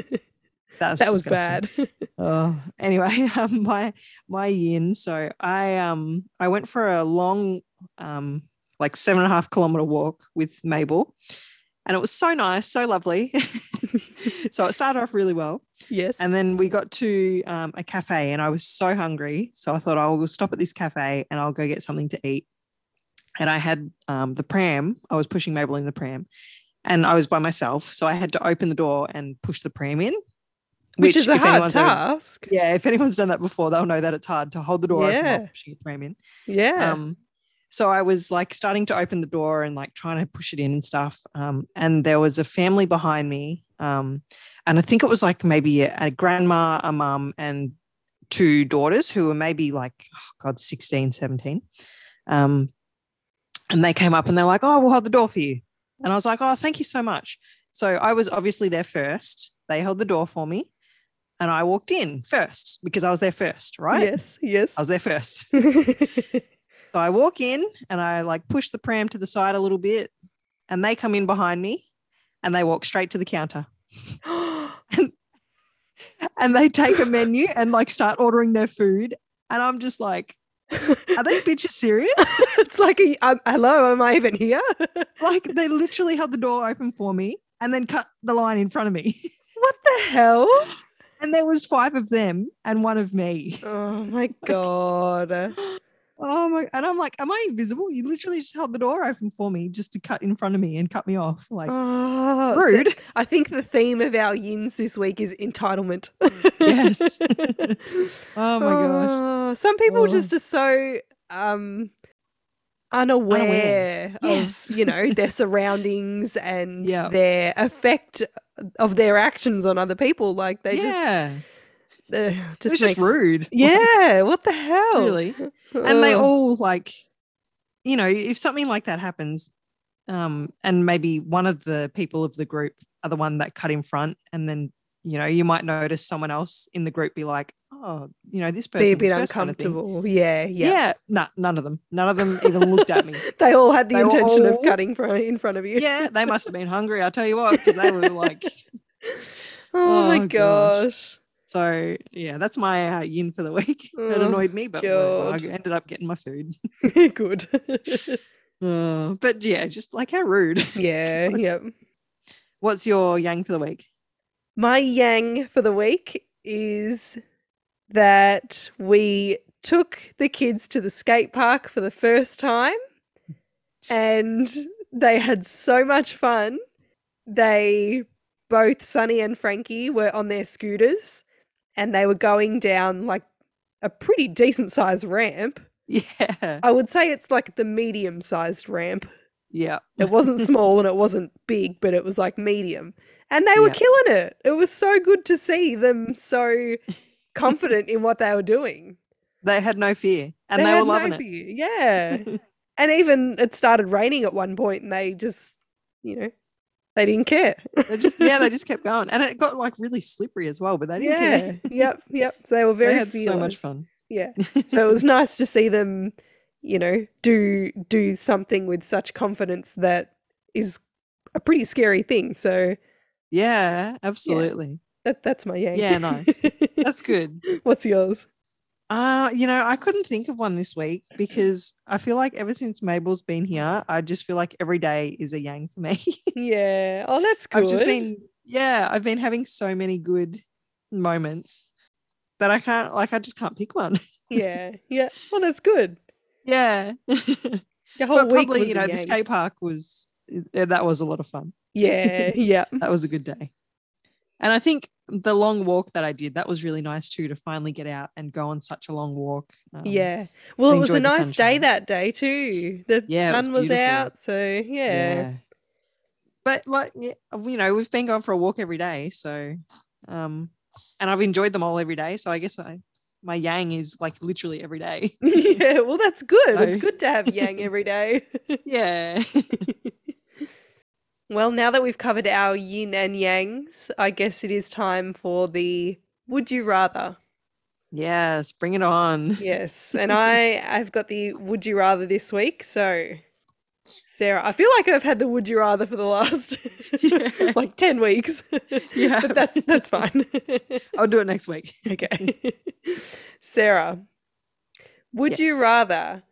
[SPEAKER 3] that's
[SPEAKER 1] that was
[SPEAKER 3] disgusting.
[SPEAKER 1] bad.
[SPEAKER 3] Oh, anyway, um, my my yin. So I um I went for a long um like seven and a half kilometer walk with Mabel, and it was so nice, so lovely. so it started off really well,
[SPEAKER 1] Yes,
[SPEAKER 3] and then we got to um, a cafe, and I was so hungry, so I thought I will stop at this cafe and I'll go get something to eat. And I had um, the pram. I was pushing Mabel in the pram, and I was by myself, so I had to open the door and push the pram in.
[SPEAKER 1] which, is a
[SPEAKER 3] if
[SPEAKER 1] hard
[SPEAKER 3] anyone's ever-
[SPEAKER 1] task.
[SPEAKER 3] yeah, if anyone's done that before, they'll know that it's hard to hold the door open
[SPEAKER 1] Yeah.
[SPEAKER 3] while pushing a pram in.
[SPEAKER 1] Yeah.
[SPEAKER 3] Um, so I was like starting to open the door and like trying to push it in and stuff. Um, and there was a family behind me. Um, and I think it was like maybe a, a grandma, a mum, and two daughters who were maybe like, oh God, 16, 17. Um, and they came up and they're like, oh, we'll hold the door for you. And I was like, oh, thank you so much. So I was obviously there first. They held the door for me and I walked in first because I was there first, right?
[SPEAKER 1] Yes. Yes.
[SPEAKER 3] I was there first. So I walk in and I like push the pram to the side a little bit, and they come in behind me and they walk straight to the counter and they take a menu and like start ordering their food. And I'm just like, are these bitches serious?
[SPEAKER 1] it's like a um, hello. Am I even here?
[SPEAKER 3] Like they literally held the door open for me and then cut the line in front of me.
[SPEAKER 1] what the hell?
[SPEAKER 3] And there was five of them and one of me.
[SPEAKER 1] Oh my god.
[SPEAKER 3] Oh my and I'm like, am I invisible? You literally just held the door open for me just to cut in front of me and cut me off. Like
[SPEAKER 1] Oh, so
[SPEAKER 3] rude.
[SPEAKER 1] I think the theme of our yins this week is entitlement.
[SPEAKER 3] Yes. Oh my gosh.
[SPEAKER 1] Oh, Some people
[SPEAKER 3] Oh.
[SPEAKER 1] just are so um unaware,
[SPEAKER 3] Yes.
[SPEAKER 1] of, you know, their surroundings and
[SPEAKER 3] Yeah.
[SPEAKER 1] their effect of their actions on other people. Like they just uh,
[SPEAKER 3] it
[SPEAKER 1] just,
[SPEAKER 3] was just
[SPEAKER 1] makes-
[SPEAKER 3] rude.
[SPEAKER 1] Yeah, what the hell?
[SPEAKER 3] really. And they
[SPEAKER 1] Ugh.
[SPEAKER 3] all like, you know, if something like that happens, um, and maybe one of the people of the group are the one that cut in front, and then you know you might notice someone else in the group be like, oh, you know, this person
[SPEAKER 1] be a bit
[SPEAKER 3] was first kind of thing."
[SPEAKER 1] uncomfortable. yeah, yeah.
[SPEAKER 3] Yeah, nah, none of them. None of them even looked at me.
[SPEAKER 1] They all had the
[SPEAKER 3] They were
[SPEAKER 1] intention of
[SPEAKER 3] all-
[SPEAKER 1] cutting fr- in front of you.
[SPEAKER 3] Yeah, they must have been hungry. I tell you what, because they were like.
[SPEAKER 1] Oh, my
[SPEAKER 3] Oh,
[SPEAKER 1] gosh.
[SPEAKER 3] gosh. So yeah, that's my uh, yin for the week. That
[SPEAKER 1] Oh,
[SPEAKER 3] annoyed me, but whatever. I
[SPEAKER 1] God.
[SPEAKER 3] ended up getting my food.
[SPEAKER 1] Good.
[SPEAKER 3] Uh, but yeah, just like how rude.
[SPEAKER 1] yeah, yeah.
[SPEAKER 3] What's your yang for the week?
[SPEAKER 1] My yang for the week is that we took the kids to the skate park for the first time and they had so much fun. They both Sunny and Frankie were on their scooters and they were going down like a pretty decent sized ramp.
[SPEAKER 3] Yeah.
[SPEAKER 1] I would say it's like the medium sized ramp.
[SPEAKER 3] Yeah.
[SPEAKER 1] It wasn't small and it wasn't big, but it was like medium. And they were
[SPEAKER 3] Yeah.
[SPEAKER 1] killing it. It was so good to see them so confident in what they were doing.
[SPEAKER 3] They had no fear and they,
[SPEAKER 1] had
[SPEAKER 3] were loving
[SPEAKER 1] no
[SPEAKER 3] it.
[SPEAKER 1] fear. Yeah. and even it started raining at one point and they just, you know, They didn't care.
[SPEAKER 3] They just yeah, they just kept going, and it got like really slippery as well. But they didn't
[SPEAKER 1] yeah.
[SPEAKER 3] care.
[SPEAKER 1] yep. Yep. So they were very
[SPEAKER 3] they had so much
[SPEAKER 1] fearless.
[SPEAKER 3] fun.
[SPEAKER 1] Yeah. So it was nice to see them, you know, do do something with such confidence that is a pretty scary thing. So
[SPEAKER 3] yeah, absolutely.
[SPEAKER 1] that that's my yank.
[SPEAKER 3] Yeah, nice. That's good.
[SPEAKER 1] What's yours?
[SPEAKER 3] Uh, you know, I couldn't think of one this week because I feel like ever since Mabel's been here, I just feel like every day is a yang for me.
[SPEAKER 1] Yeah. Oh, that's good.
[SPEAKER 3] I've just been, yeah, I've been having so many good moments that I can't, like, I just can't pick one.
[SPEAKER 1] yeah. Yeah. Well, that's good.
[SPEAKER 3] Yeah.
[SPEAKER 1] Your whole
[SPEAKER 3] but
[SPEAKER 1] week
[SPEAKER 3] probably,
[SPEAKER 1] was
[SPEAKER 3] you
[SPEAKER 1] a
[SPEAKER 3] know, the
[SPEAKER 1] yank.
[SPEAKER 3] skate park was, uh, that was a lot of fun.
[SPEAKER 1] Yeah. Yeah.
[SPEAKER 3] That was a good day. And I think the long walk that I did, that was really nice too, to finally get out and go on such a long walk. Um,
[SPEAKER 1] yeah. Well, it was a
[SPEAKER 3] enjoyed the
[SPEAKER 1] nice day
[SPEAKER 3] sunshine.
[SPEAKER 1] that day too. The
[SPEAKER 3] Yeah, it was
[SPEAKER 1] sun was,
[SPEAKER 3] beautiful.
[SPEAKER 1] out, so yeah.
[SPEAKER 3] But like yeah, uh, you know, we've been going for a walk every day, so um and I've enjoyed them all every day, so I guess I my yang is like literally every day.
[SPEAKER 1] Yeah. well, that's good. It's
[SPEAKER 3] So-
[SPEAKER 1] good to have yang every day.
[SPEAKER 3] yeah.
[SPEAKER 1] well, now that we've covered our yin and yangs, I guess it is time for the would you rather.
[SPEAKER 3] yes, bring it on.
[SPEAKER 1] Yes, and I I've got the would you rather this week, so Sarah, I feel like I've had the would you rather for the last
[SPEAKER 3] Yeah.
[SPEAKER 1] like 10 weeks.
[SPEAKER 3] You have.
[SPEAKER 1] but that's that's fine.
[SPEAKER 3] I'll do it next week.
[SPEAKER 1] Okay. Sarah, would you
[SPEAKER 3] Yes.
[SPEAKER 1] rather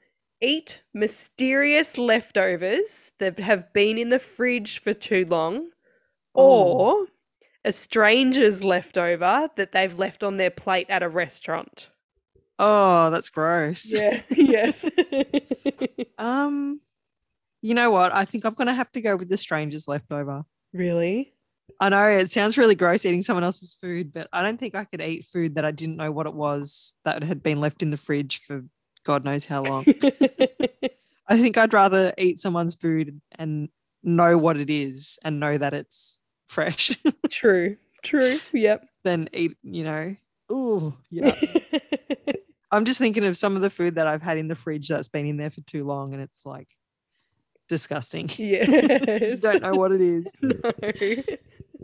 [SPEAKER 1] eat mysterious leftovers that have been in the fridge for too long or a stranger's leftover that they've left on their plate at a restaurant?
[SPEAKER 3] Oh, that's gross.
[SPEAKER 1] Yeah, yes.
[SPEAKER 3] Um you know what? I think I'm gonna have to go with the strangers left over.
[SPEAKER 1] really?
[SPEAKER 3] I know it sounds really gross eating someone else's food, but I don't think I could eat food that I didn't know what it was that had been left in the fridge for God knows how long. I think I'd rather eat someone's food and know what it is and know that it's fresh
[SPEAKER 1] true. True. Yep.
[SPEAKER 3] than eat, you know. Ooh, yeah. I'm just thinking of some of the food that I've had in the fridge that's been in there for too long and it's like disgusting. you
[SPEAKER 1] yes.
[SPEAKER 3] don't know what it is.
[SPEAKER 1] No.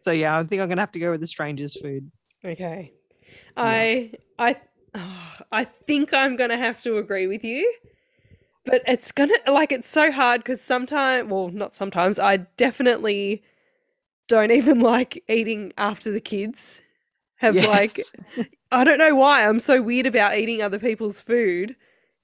[SPEAKER 3] So yeah, I think I'm gonna have to go with the stranger's food.
[SPEAKER 1] Okay. I I ah, I think I'm going to have to agree with you. But it's going to like it's so hard cuz sometimes, well, not sometimes, I definitely don't even like eating after the kids have like
[SPEAKER 3] Yes.
[SPEAKER 1] I don't know why I'm so weird about eating other people's food.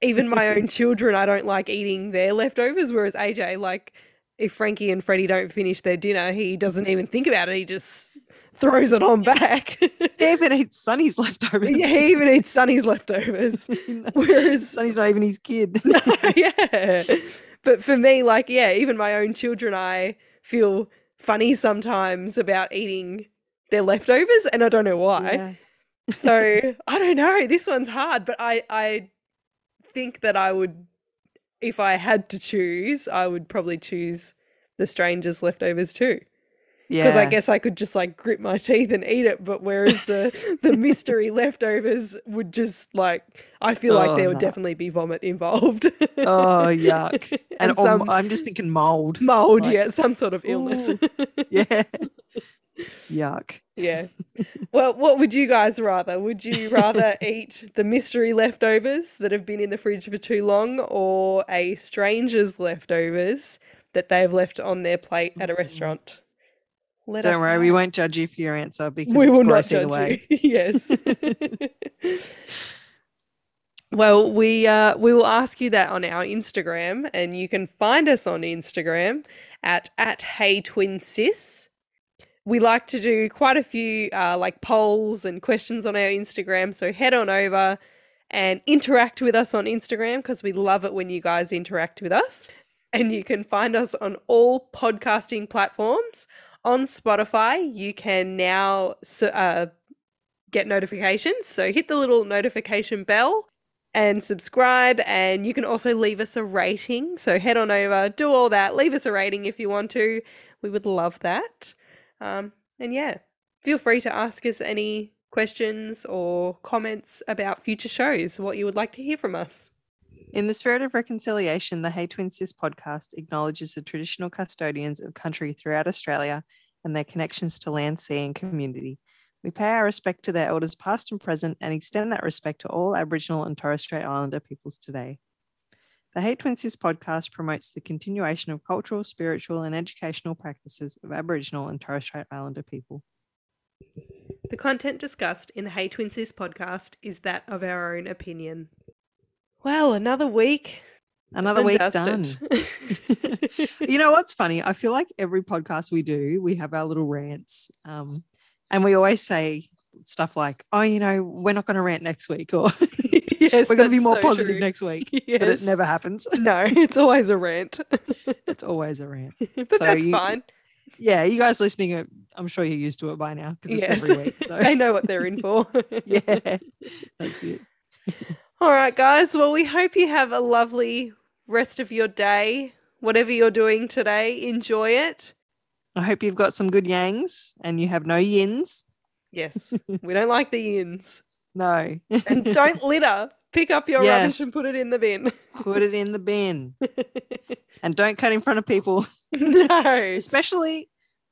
[SPEAKER 1] Even my own children, I don't like eating their leftovers. Whereas AJ, like, if Frankie and Freddie don't finish their dinner, he doesn't even think about it. He just throws it on back.
[SPEAKER 3] Yeah, but eat Sonny's leftovers.
[SPEAKER 1] Yeah, he even eats Sonny's leftovers. Whereas,
[SPEAKER 3] Sonny's not even his kid.
[SPEAKER 1] yeah. But for me, like, yeah, even my own children, I feel funny sometimes about eating their leftovers, and I don't know why.
[SPEAKER 3] Yeah.
[SPEAKER 1] So I don't know. This one's hard, but I I think that I would, if I had to choose, I would probably choose the strangers' leftovers too, because I
[SPEAKER 3] Yeah.
[SPEAKER 1] guess I could just like grit my teeth and eat it. But whereas the the mystery leftovers would just like I feel like
[SPEAKER 3] Oh,
[SPEAKER 1] there would
[SPEAKER 3] no.
[SPEAKER 1] definitely be vomit involved.
[SPEAKER 3] Oh yuck. And,
[SPEAKER 1] And
[SPEAKER 3] om-
[SPEAKER 1] some-
[SPEAKER 3] I'm just thinking mold.
[SPEAKER 1] Mold,
[SPEAKER 3] Like,
[SPEAKER 1] yeah, some sort of illness.
[SPEAKER 3] Yeah. Yuck.
[SPEAKER 1] yeah. Well, what would you guys rather? Would you rather eat the mystery leftovers that have been in the fridge for too long or a stranger's leftovers that they have left on their plate at a
[SPEAKER 3] Mm.
[SPEAKER 1] restaurant? Let
[SPEAKER 3] Don't
[SPEAKER 1] us
[SPEAKER 3] worry, we
[SPEAKER 1] know.
[SPEAKER 3] won't judge you for your answer because
[SPEAKER 1] We
[SPEAKER 3] it's
[SPEAKER 1] will not
[SPEAKER 3] gross either
[SPEAKER 1] judge
[SPEAKER 3] way.
[SPEAKER 1] you. yes. well, we uh, we will ask you that on our Instagram, and you can find us on Instagram at at Hey Twin Sis. We like to do quite a few uh, like polls and questions on our Instagram, so head on over and interact with us on Instagram because we love it when you guys interact with us. And you can find us on all podcasting platforms. On Spotify, you can now s- uh, get notifications. So hit the little notification bell and subscribe. And you can also leave us a rating. So head on over, do all that, leave us a rating if you want to. We would love that. Um, and yeah, feel free to ask us any questions or comments about future shows, what you would like to hear from us.
[SPEAKER 3] In the spirit of reconciliation, the Hey Twin Sis podcast acknowledges the traditional custodians of country throughout Australia and their connections to land, sea, and community. We pay our respect to their elders, past and present, and extend that respect to all Aboriginal and Torres Strait Islander peoples today. The Hey Twin Sis podcast promotes the continuation of cultural, spiritual, and educational practices of Aboriginal and Torres Strait Islander people.
[SPEAKER 1] The content discussed in the Hey Twin Sis podcast is that of our own opinion. Well, another week.
[SPEAKER 3] Another week done.
[SPEAKER 1] dusted.
[SPEAKER 3] you know what's funny? I feel like every podcast we do, we have our little rants, um, and we always say stuff like, "Oh, you know, we're not going to rant next week," or
[SPEAKER 1] yes,
[SPEAKER 3] "We're going to be
[SPEAKER 1] that's
[SPEAKER 3] more
[SPEAKER 1] so
[SPEAKER 3] positive
[SPEAKER 1] true.
[SPEAKER 3] next week." But it
[SPEAKER 1] Yes.
[SPEAKER 3] never happens.
[SPEAKER 1] no, it's always a rant. but
[SPEAKER 3] It's always a rant. So
[SPEAKER 1] that's
[SPEAKER 3] you-
[SPEAKER 1] fine.
[SPEAKER 3] Yeah, you guys listening, are, I'm sure you're used to it by now because it's
[SPEAKER 1] Yes.
[SPEAKER 3] every week. So
[SPEAKER 1] They know what they're in for.
[SPEAKER 3] yeah, that's it.
[SPEAKER 1] All right, guys. Well, we hope you have a lovely rest of your day. Whatever you're doing today, enjoy it.
[SPEAKER 3] I hope you've got some good yangs and you have no yins.
[SPEAKER 1] Yes, we don't like the yins.
[SPEAKER 3] No,
[SPEAKER 1] And don't litter. Pick up your
[SPEAKER 3] Yes.
[SPEAKER 1] rubbish and put it in the bin.
[SPEAKER 3] put it in the bin and don't cut in front of people.
[SPEAKER 1] no,
[SPEAKER 3] especially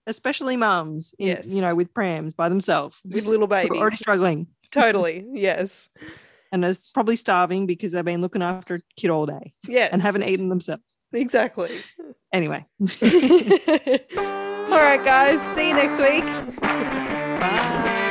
[SPEAKER 3] especially mums in,
[SPEAKER 1] Yes.
[SPEAKER 3] you know with prams by themselves
[SPEAKER 1] with little
[SPEAKER 3] who are already
[SPEAKER 1] babies.
[SPEAKER 3] struggling
[SPEAKER 1] totally. Yes.
[SPEAKER 3] and is probably starving because they've been looking after a kid all day
[SPEAKER 1] Yes.
[SPEAKER 3] and haven't eaten themselves
[SPEAKER 1] Exactly.
[SPEAKER 3] anyway
[SPEAKER 1] All right, guys. See you next week.
[SPEAKER 3] bye